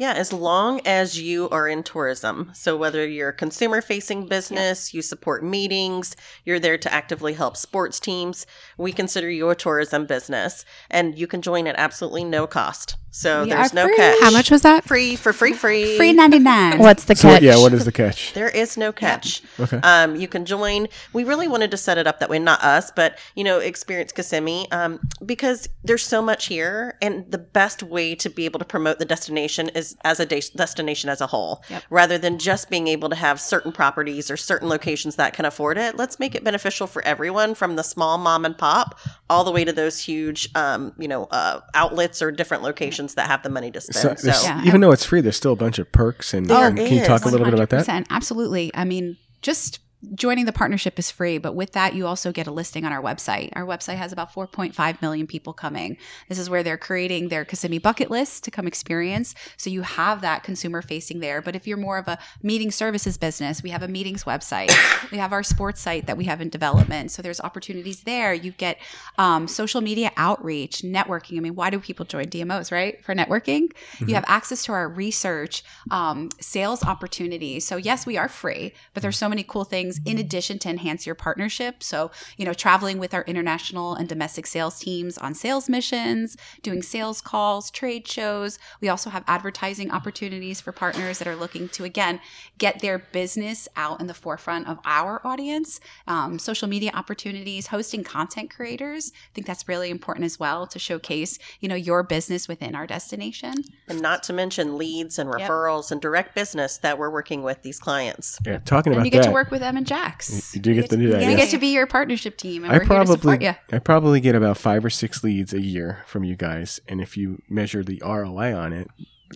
D: Yeah, as long as you are in tourism. So, whether you're a consumer facing business, you support meetings, you're there to actively help sports teams, we consider you a tourism business and you can join at absolutely no cost. So,
E: We
D: Oh, there's
E: are
D: no
E: free.
D: catch.
B: How much was that?
D: Free for free, free.
E: Free 99.
C: What's the
A: So
C: catch?
A: yeah, what is the catch?
D: There is no catch.
A: Okay.
D: Um, you can join. We really wanted to set it up that way, not us, but you know, experience Kissimmee um, because there's so much here, and the best way to be able to promote the destination is as a de- destination as a whole, rather than just being able to have certain properties or certain locations that can afford it. Let's make it beneficial for everyone, from the small mom and pop all the way to those huge, um, you know, uh, outlets or different locations that have the money to
A: So,
D: spend. So,
A: there's-
E: Yeah.
A: even though it's free, there's still a bunch of perks. And,
D: There
A: and can you
D: is.
A: talk a little bit about that?
E: 100%, Absolutely. I mean, just joining the partnership is free, but with that, you also get a listing on our website. Our website has about 4.5 million people coming. This is where they're creating their Kissimmee bucket list to come experience. So you have that consumer facing there. But if you're more of a meeting services business, we have a meetings website, we have our sports site that we have in development. So there's opportunities there. You get um, social media outreach, networking. I mean, why do people join DMOs, right? For networking, you have access to our research, um, sales opportunities. So yes, we are free, but there's so many cool things things in addition to enhance your partnership. So, you know, traveling with our international and domestic sales teams on sales missions, doing sales calls, trade shows. We also have advertising opportunities for partners that are looking to, again, get their business out in the forefront of our audience, um, social media opportunities, hosting content creators. I think that's really important as well to showcase, you know, your business within our destination.
D: And not to mention leads and referrals and direct business that we're working with these clients.
A: Yeah, talking
E: And
A: about
E: you get
A: that.
E: to work with Em and Jax.
A: You do get to do that,
E: We
A: yes.
E: get to be your partnership team, and
A: I
E: we're here to support
A: probably
E: you.
A: I probably get about five or six leads a year from you guys, and if you measure the ROI on it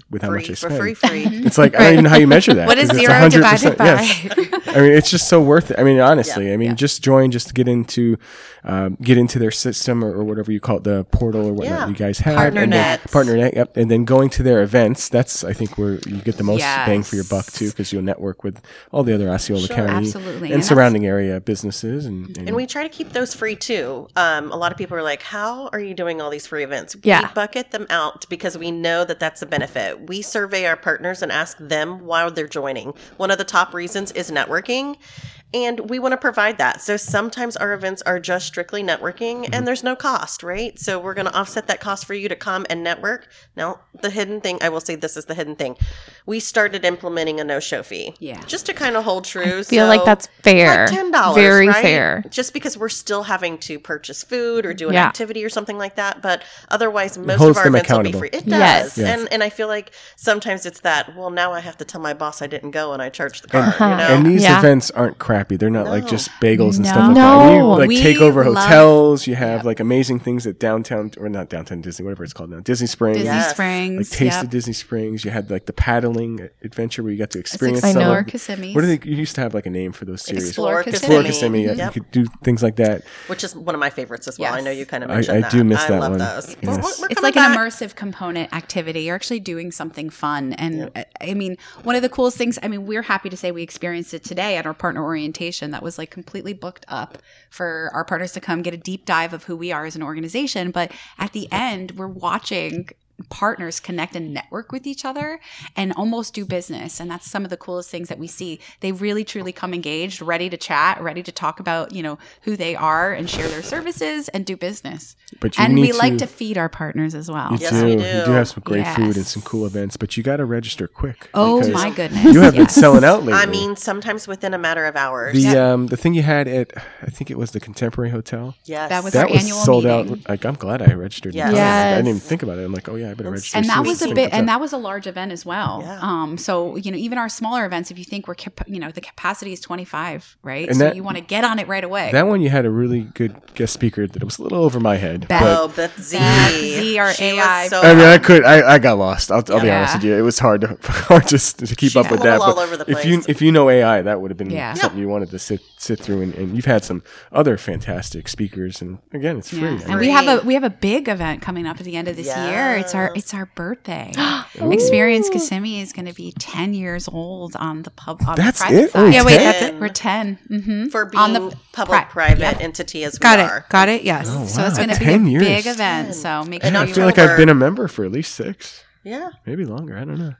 A: with how
D: free
A: much I
D: for
A: spend,
D: free, free.
A: it's like I don't even know how you measure that.
B: What is
A: 'cause it's
B: zero
A: 100%,
B: divided by?
A: yes. I mean, it's just so worth it. I mean, honestly, I mean, just join just to get into, um, get into their system or, or whatever you call it, the portal or whatnot
D: Yeah.
A: you guys have.
D: Partner
A: and then-
D: nets.
A: Partner net. Yep. And then going to their events. That's I think where you get the most bang for your buck too,
E: Yes.
A: because you'll network with all the other Osceola County
E: absolutely.
A: and,
E: And that's-
A: surrounding area businesses. And,
D: And
C: Mm-hmm.
D: we try to keep those free too. Um, a lot of people are like, "How are you doing all these free events?"
C: Yeah.
D: We bucket them out because we know that that's a benefit. We survey our partners and ask them why they're joining. One of the top reasons is networking, and we want to provide that. So sometimes our events are just strictly networking,
C: Mm-hmm.
D: and there's no cost, right? So we're going to offset that cost for you to come and network. Now, the hidden thing I will say this is the hidden thing: we started implementing a no-show fee,
E: Yeah.
D: just to kind of hold true.
C: feel like
D: so-
C: that's fair.
D: like ten dollars,
C: Very
D: right?
C: fair.
D: Just because we're still having to purchase food or do an
C: Yeah.
D: activity or something like that, but otherwise, most
A: holds
D: of our
A: them
D: events will be
A: accountable.
D: free. It does,
C: Yes.
A: Yes.
D: and and I feel like sometimes it's that. Well, now I have to tell my boss I didn't go and I charged the card. You know,
A: And these
C: Yeah.
A: events aren't crappy. They're not like
D: No.
A: just bagels and
C: No.
A: stuff like that. You
C: No.
A: like
E: We
A: take over
E: love-
A: hotels. You have like amazing things at downtown or not downtown Disney, whatever it's called now, Disney Springs.
E: Disney
D: Yes.
A: Like
E: Springs.
A: Taste
E: yep.
A: of Disney Springs. You had like the paddling adventure where you got to experience
C: I
A: some
C: know.
A: of-
E: Kissimmees.
A: What do they? You used to have like a name for those series.
E: Explore
D: Explore
E: Kissimmee.
A: Explore
D: Kissimmee.
A: Kissimmee. You
D: Yep.
A: could do things like that.
D: which is one of my favorites as well. I
E: Yes.
D: know you kind of
A: I-
D: mentioned
A: I
D: that.
A: do miss that
D: I love
A: one.
D: those. We're-
A: Yes.
D: we're
E: it's
D: coming
E: like an
D: back.
E: immersive component activity. You're actually doing something fun. And uh I mean, one of the coolest things, I mean, we're happy to say we experienced it today at our partner orientation that was like completely booked up for our partners to come get a deep dive of who we are as an organization. But at the end, we're watching partners connect and network with each other and almost do business and that's some of the coolest things that we see they really truly come engaged ready to chat ready to talk about you know who they are and share their services and do business
A: But you
E: and
A: need
E: we
A: to,
E: like to feed our partners as well.
A: You
D: Yes,
A: do.
D: we
A: You do
D: do.
A: have some great food and
E: Yes.
A: some cool events, but you got to register quick.
E: Oh
A: because
E: my goodness.
A: You have been
E: yes.
A: selling out lately.
D: I mean, sometimes within a matter of hours.
A: the um the thing you had at I think it was the Contemporary Hotel.
D: Yes.
E: That was
A: that
E: our
A: was
E: annual
A: sold
E: meeting.
A: out. Like I'm glad I registered. in
D: Yes.
A: time. I didn't
C: Yes.
A: even think about it. I'm like, oh yeah, I better register.
E: and
A: as soon
E: that
A: as
E: was
A: this
E: a
A: thing
E: bit
A: comes
E: and
A: up.
E: that was a large event as well
D: Yeah.
E: um so you know even our smaller events if you think we're cap- you know the capacity is 25 right
A: And
E: so
A: that-
E: you want to get on it right away
A: that one you had a really good guest speaker that was a little over my head.
E: Beth.
A: But
D: oh, Betsy.
E: Betsy, our
D: She was
E: AI.
D: so
A: I mean, I
D: hot.
A: could. I, I got lost. I'll, I'll be
E: Yeah.
A: honest with you. It was hard to hard just to keep
D: She's
A: up with
D: a
A: that.
D: little
A: But
D: all over the
A: if you
D: place.
A: if you know AI, that would have been
E: Yeah.
A: something you wanted to sit sit through. And, and you've had some other fantastic speakers. And again, it's free.
E: Yeah.
A: I
E: And
A: mean,
E: we have a we have a big event coming up at the end of this year. It's our it's our birthday. Experience Kissimmee is going to be ten years old on the pub. On
A: That's
E: the private
A: it?
E: Side.
A: We're
B: Yeah, wait, 10? that's
D: it?
E: We're ten. Mm-hmm.
D: for being
E: on the pri-
D: public-private entity as we
B: Got
D: are.
B: it. Got it. Yes.
A: oh,
E: So it's
A: wow,
E: going to be
A: 10
E: a
A: years.
E: big event. So make sure
A: Yeah, I
E: you
A: feel like
D: October.
A: I've been a member for at least six,
D: Yeah.
A: maybe longer. I don't know.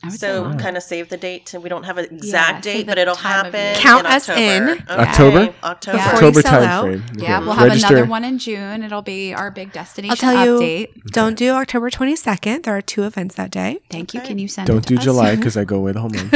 E: I would say-
D: So kind of save the date. We don't have an exact
E: save
D: date,
E: the
D: but it'll
E: time of
D: happen.
E: year.
B: Count
D: in
B: us
D: October.
B: in.
D: Okay.
A: October?
D: October.
E: Yeah. Before
A: October
B: you sell out.
A: timeframe.
E: yeah,
A: Okay.
E: we'll have
A: Register.
E: another one in June. It'll be our big destination
B: I'll tell you.
E: update.
B: Don't do October 22nd. There are two events that day.
E: Thank you. Can you send?
A: Don't
E: it to
A: do
E: us?
A: July because I go away the whole month.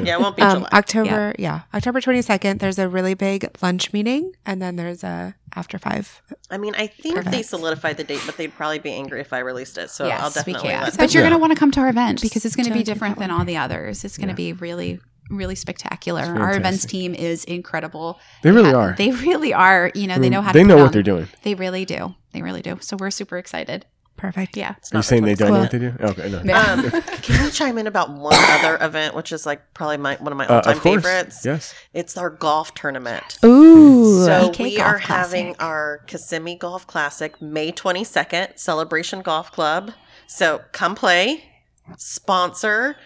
D: Yeah, it won't be
B: Um,
D: July.
B: October, yeah. October 22nd, there's a really big lunch meeting, and then there's a after five.
D: I mean, I think they solidified the date, but they'd probably be angry if I released it. So I'll
E: Yes, we
D: definitely
E: can.
D: let
E: But you're
A: Yeah.
E: going to want to come to our event because it's going to be different than all the others. It's going to be really, really spectacular. Our events
A: fantastic.
E: team is incredible. Uh,
A: They really are.
E: They really are. You know, they know how.
A: They
E: to
A: know
E: put
A: what
E: on-
A: they're doing.
E: They really do. They really do. So we're super excited.
B: Perfect.
E: Yeah.
A: Are you saying they don't know Uh, what they do? Okay, no.
D: Um, can you chime in about one other event, which is like probably my one of my
A: Uh,
D: all-time
A: of course.
D: favorites?
A: Yes.
D: It's our golf tournament.
C: Ooh.
D: So
E: PK
D: we
E: Golf
D: are
E: Classic.
D: having our Kissimmee Golf Classic May 22nd, Celebration Golf Club. So come play, sponsor.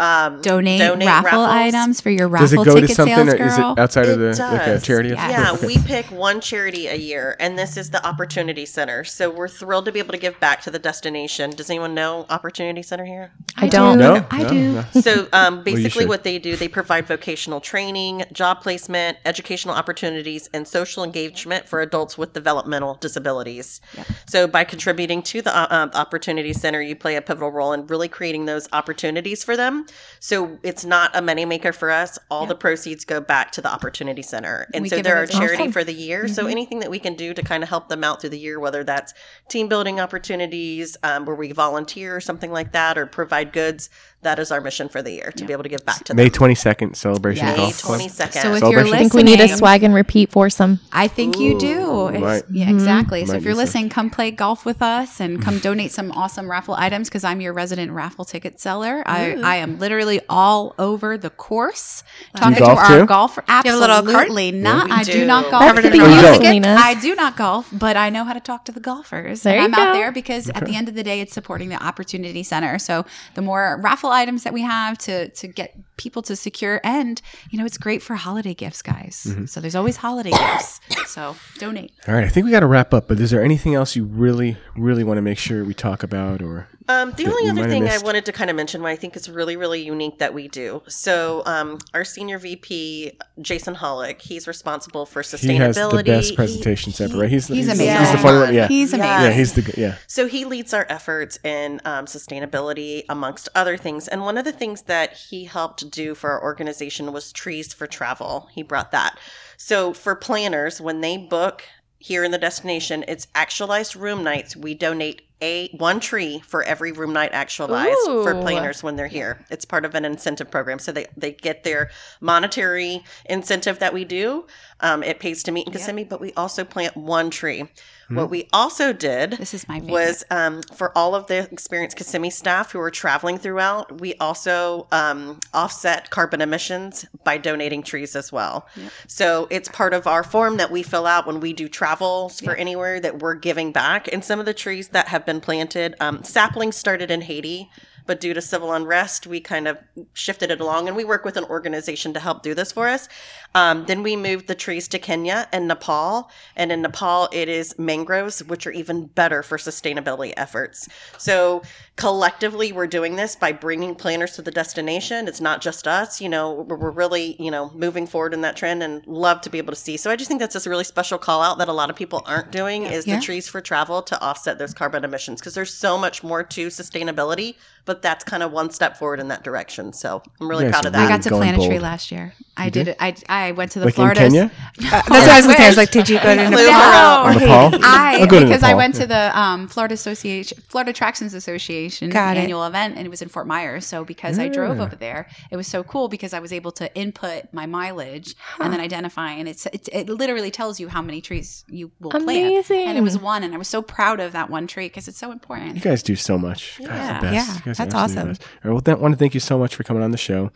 D: um,
E: Donate, raffle
D: raffles.
E: items for your
A: Does
E: raffle
A: it go to
E: ticket
A: something,
E: sales,
A: or
E: girl.
A: is it outside of
D: It
A: the like a
D: does.
A: charity?
E: Yeah.
D: Yeah,
A: Okay.
D: we pick one charity a year, and this is the Opportunity Center. So we're thrilled to be able to give back to the destination. Does anyone know Opportunity Center here?
C: I don't.
A: Oh, No,
E: I
A: no,
E: do.
A: no.
D: So um,
A: you
D: basically,
A: should.
D: what they do, they provide vocational training, job placement, educational opportunities, and social engagement for adults with developmental disabilities. So by contributing to the uh, um, Opportunity Center, you play a pivotal role in really creating those opportunities for them. So it's not a moneymaker for us. All the proceeds go back to the Opportunity Center. And
E: We
D: so
E: give
D: they're
E: it
D: our
E: as-
D: charity
C: Awesome.
D: for the year. So anything that we can do to kind of help them out through the year, whether that's team building opportunities, um, where we volunteer or something like that, or provide goods, that is our mission for the year to be able to give back to
A: May
D: them.
A: twenty second celebration
E: Yes.
D: May
A: golf club.
D: 22nd.
E: So if
A: Celebration.
E: you're
A: I
E: listening,
C: I think we need a swag and repeat foursome.
E: I think you do.
A: Ooh,
E: It's-
A: might-
E: yeah, exactly. So
A: might
E: if you're
A: need some.
E: listening, come play golf with us and come donate some awesome raffle items because I'm your resident raffle ticket seller. I, I am literally all over the course talking to
A: golf
E: our
A: too?
E: golfer.
B: have a little cart?
E: Absolutely not.
D: We
E: I do.
D: do.
E: not golf.
B: Covered
E: But
B: in
E: you
B: golf
E: know,
B: tickets?
E: I do not golf, but I know how to talk to the golfers.
C: There
E: and
C: you
E: I'm out
C: go.
E: there because at the end of the day, it's supporting the Opportunity Center. So the more raffle items that we have to to get people to secure, and you know, it's great for holiday gifts, guys.
A: Mm-hmm.
E: So there's always holiday gifts. So donate.
A: All right, I think we got to wrap up. But is there anything else you really, really want to make sure we talk about, or
D: Um, the
A: that we
D: only
A: might
D: other
A: have
D: thing I
A: missed.
D: wanted to kind of mention, what I think is really, really unique that we do. So, um, our senior VP, Jason Hollick, he's responsible for sustainability.
A: he has the best
D: He-
A: presentations ever? Right? He's, he's,
E: He's amazing.
A: He's the funny one. Yeah,
E: He's amazing.
A: yeah, he's the g- yeah.
D: So he leads our efforts in um, sustainability, amongst other things. And one of the things that he helped do for our organization was Trees for Travel. He brought that. So for planners, when they book here in the destination, it's actualized room nights. We donate a one tree for every room night actualized for
C: Ooh.
D: planners when they're here. It's part of an incentive program, so they they get their monetary incentive that we do. Um, it pays to meet in Kissimmee, but we also plant one tree. What we also did
E: This is my favorite.
D: was um, for all of the experienced Kissimmee staff who were traveling throughout. We also um, offset carbon emissions by donating trees as well. So it's part of our form that we fill out when we do travels for anywhere that we're giving back. And some of the trees that have been planted, um, saplings started in Haiti. But due to civil unrest, we kind of shifted it along, and we work with an organization to help do this for us. Um, then we moved the trees to Kenya and Nepal. And in Nepal, it is mangroves, which are even better for sustainability efforts. So collectively, we're doing this by bringing planners to the destination. It's not just us, you know, we're we're really, you know, moving forward in that trend and love to be able to see. So I just think that's a really special call out that a lot of people aren't doing is
E: Yeah.
D: the trees for travel to offset those carbon emissions because there's so much more to sustainability, but that's kind of one step forward in that direction. So I'm really
A: You guys
D: proud
A: are
D: of that.
E: I got to
A: Going
E: plant a tree
A: bold.
E: last year. I did it. I, I went to the
A: Like in
E: Florida.
A: Kenya?
B: That's what I was going to say. I was like, did you go to
D: flew
B: Nepal?
D: her out.
E: No.
A: Nepal?
E: I
A: I'll go to
E: because I
A: Nepal.
E: went to the um, Florida Association, Florida Attractions Association
B: Got it.
E: annual event, and it was in Fort Myers. So because I drove over there, it was so cool because I was able to input my mileage and then identify, and it's it, it literally tells you how many trees you will plant. And it was
C: Amazing.
E: one, and I was so proud of that one tree because it's so important.
A: You guys do so much. Guys,
E: Yeah.
A: the best.
B: Yeah,
A: You guys are
B: that's
A: absolutely the
B: awesome.
A: best. All right, well, I want to thank you so much for coming on the show,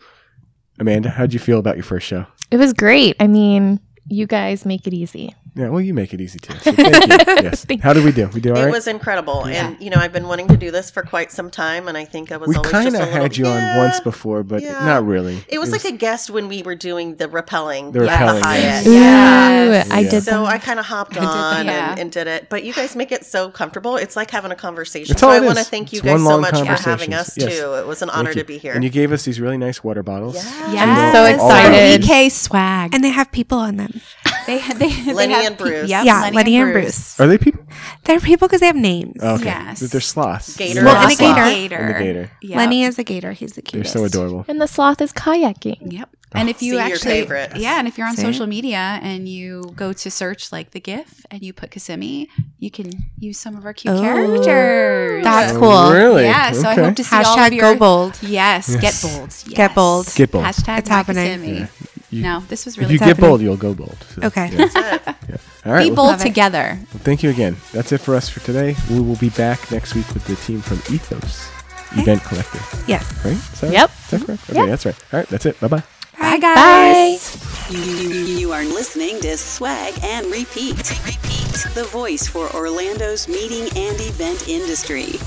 A: Amanda. How would you feel about your first show?
C: It was great. I mean, you guys make it easy.
A: Yeah, well, you make it easy too. So thank you. Yes.
C: Thank
A: How did we do? We do all
D: It
A: right.
D: was incredible, and you know I've been wanting to do this for quite some time, and I think I was
A: we
D: always just a
A: kind of
D: little.
A: had you on
D: Yeah.
A: once before, but
D: Yeah.
A: not really.
D: It was, like a guest when we were doing the rappelling,
A: The
D: at
A: rappelling,
D: the
A: yes.
D: Hyatt.
C: Ooh,
E: Yes.
C: I did
D: So I
C: that.
D: kind of hopped
E: I did that.
D: on
E: Yeah.
D: and, and did it, but you guys make it so comfortable. It's like having a conversation.
A: That's
D: so
A: all
D: I
A: it
D: want to
A: is.
D: thank you
A: It's one
D: guys so
A: long
D: much for having
A: conversation.
D: us
A: Yes.
D: too. It was an
A: Thank
D: honor
A: you.
D: to be here.
A: And you gave us these really nice water bottles.
D: Yeah.
E: Yeah,
A: I'm
C: so excited.
E: EK swag.
B: And they have people on them.
E: they they, they
D: Lenny
E: have
D: and
E: pe-
D: Bruce.
E: Yep,
B: yeah, Lenny, and Bruce.
A: Are they people?
B: They're people because they have names.
A: Oh, okay.
E: Yes.
A: They're sloths.
D: Gator.
A: They're
B: Well, and a
A: sloths.
B: gator.
A: And the gator.
E: Yep.
B: Lenny is a gator. He's the
A: They're
B: cutest.
A: so adorable.
C: And the sloth is kayaking.
E: Yep.
B: Oh.
E: And if you
D: See your
E: actually,
D: favorites.
E: yeah, and if you're on
B: See?
E: social media and you go to search like the GIF and you put Kissimmee, you can use some of our cute
B: Oh.
E: characters.
B: That's
A: Oh,
B: cool.
A: Really?
E: yeah. So I
A: Okay.
E: hope to see all of
B: Hashtag
E: your
B: go bold.
E: Yes,
A: Yes.
E: get bold. Yes.
B: Get bold.
A: Get bold.
E: Hashtag
B: It's
E: my
B: happening.
E: Kissimmee.
A: Yeah. You-
E: no, this was
A: If
E: really
A: you
E: good.
A: get bold, you'll go bold. So,
B: Okay.
A: yeah. Yeah. All right.
E: Be
A: well,
E: bold together.
A: Well, thank you again. That's it for us for today. We will be back next week with the team from Ethos Event Collective.
B: Yes.
A: Right? Is that-
C: Yep.
A: Is that correct? Okay, that's right. All right, that's it. Bye bye.
E: Bye, guys.
C: Bye.
F: You are listening to Swag and Repeat. Repeat. The voice for Orlando's meeting and event industry.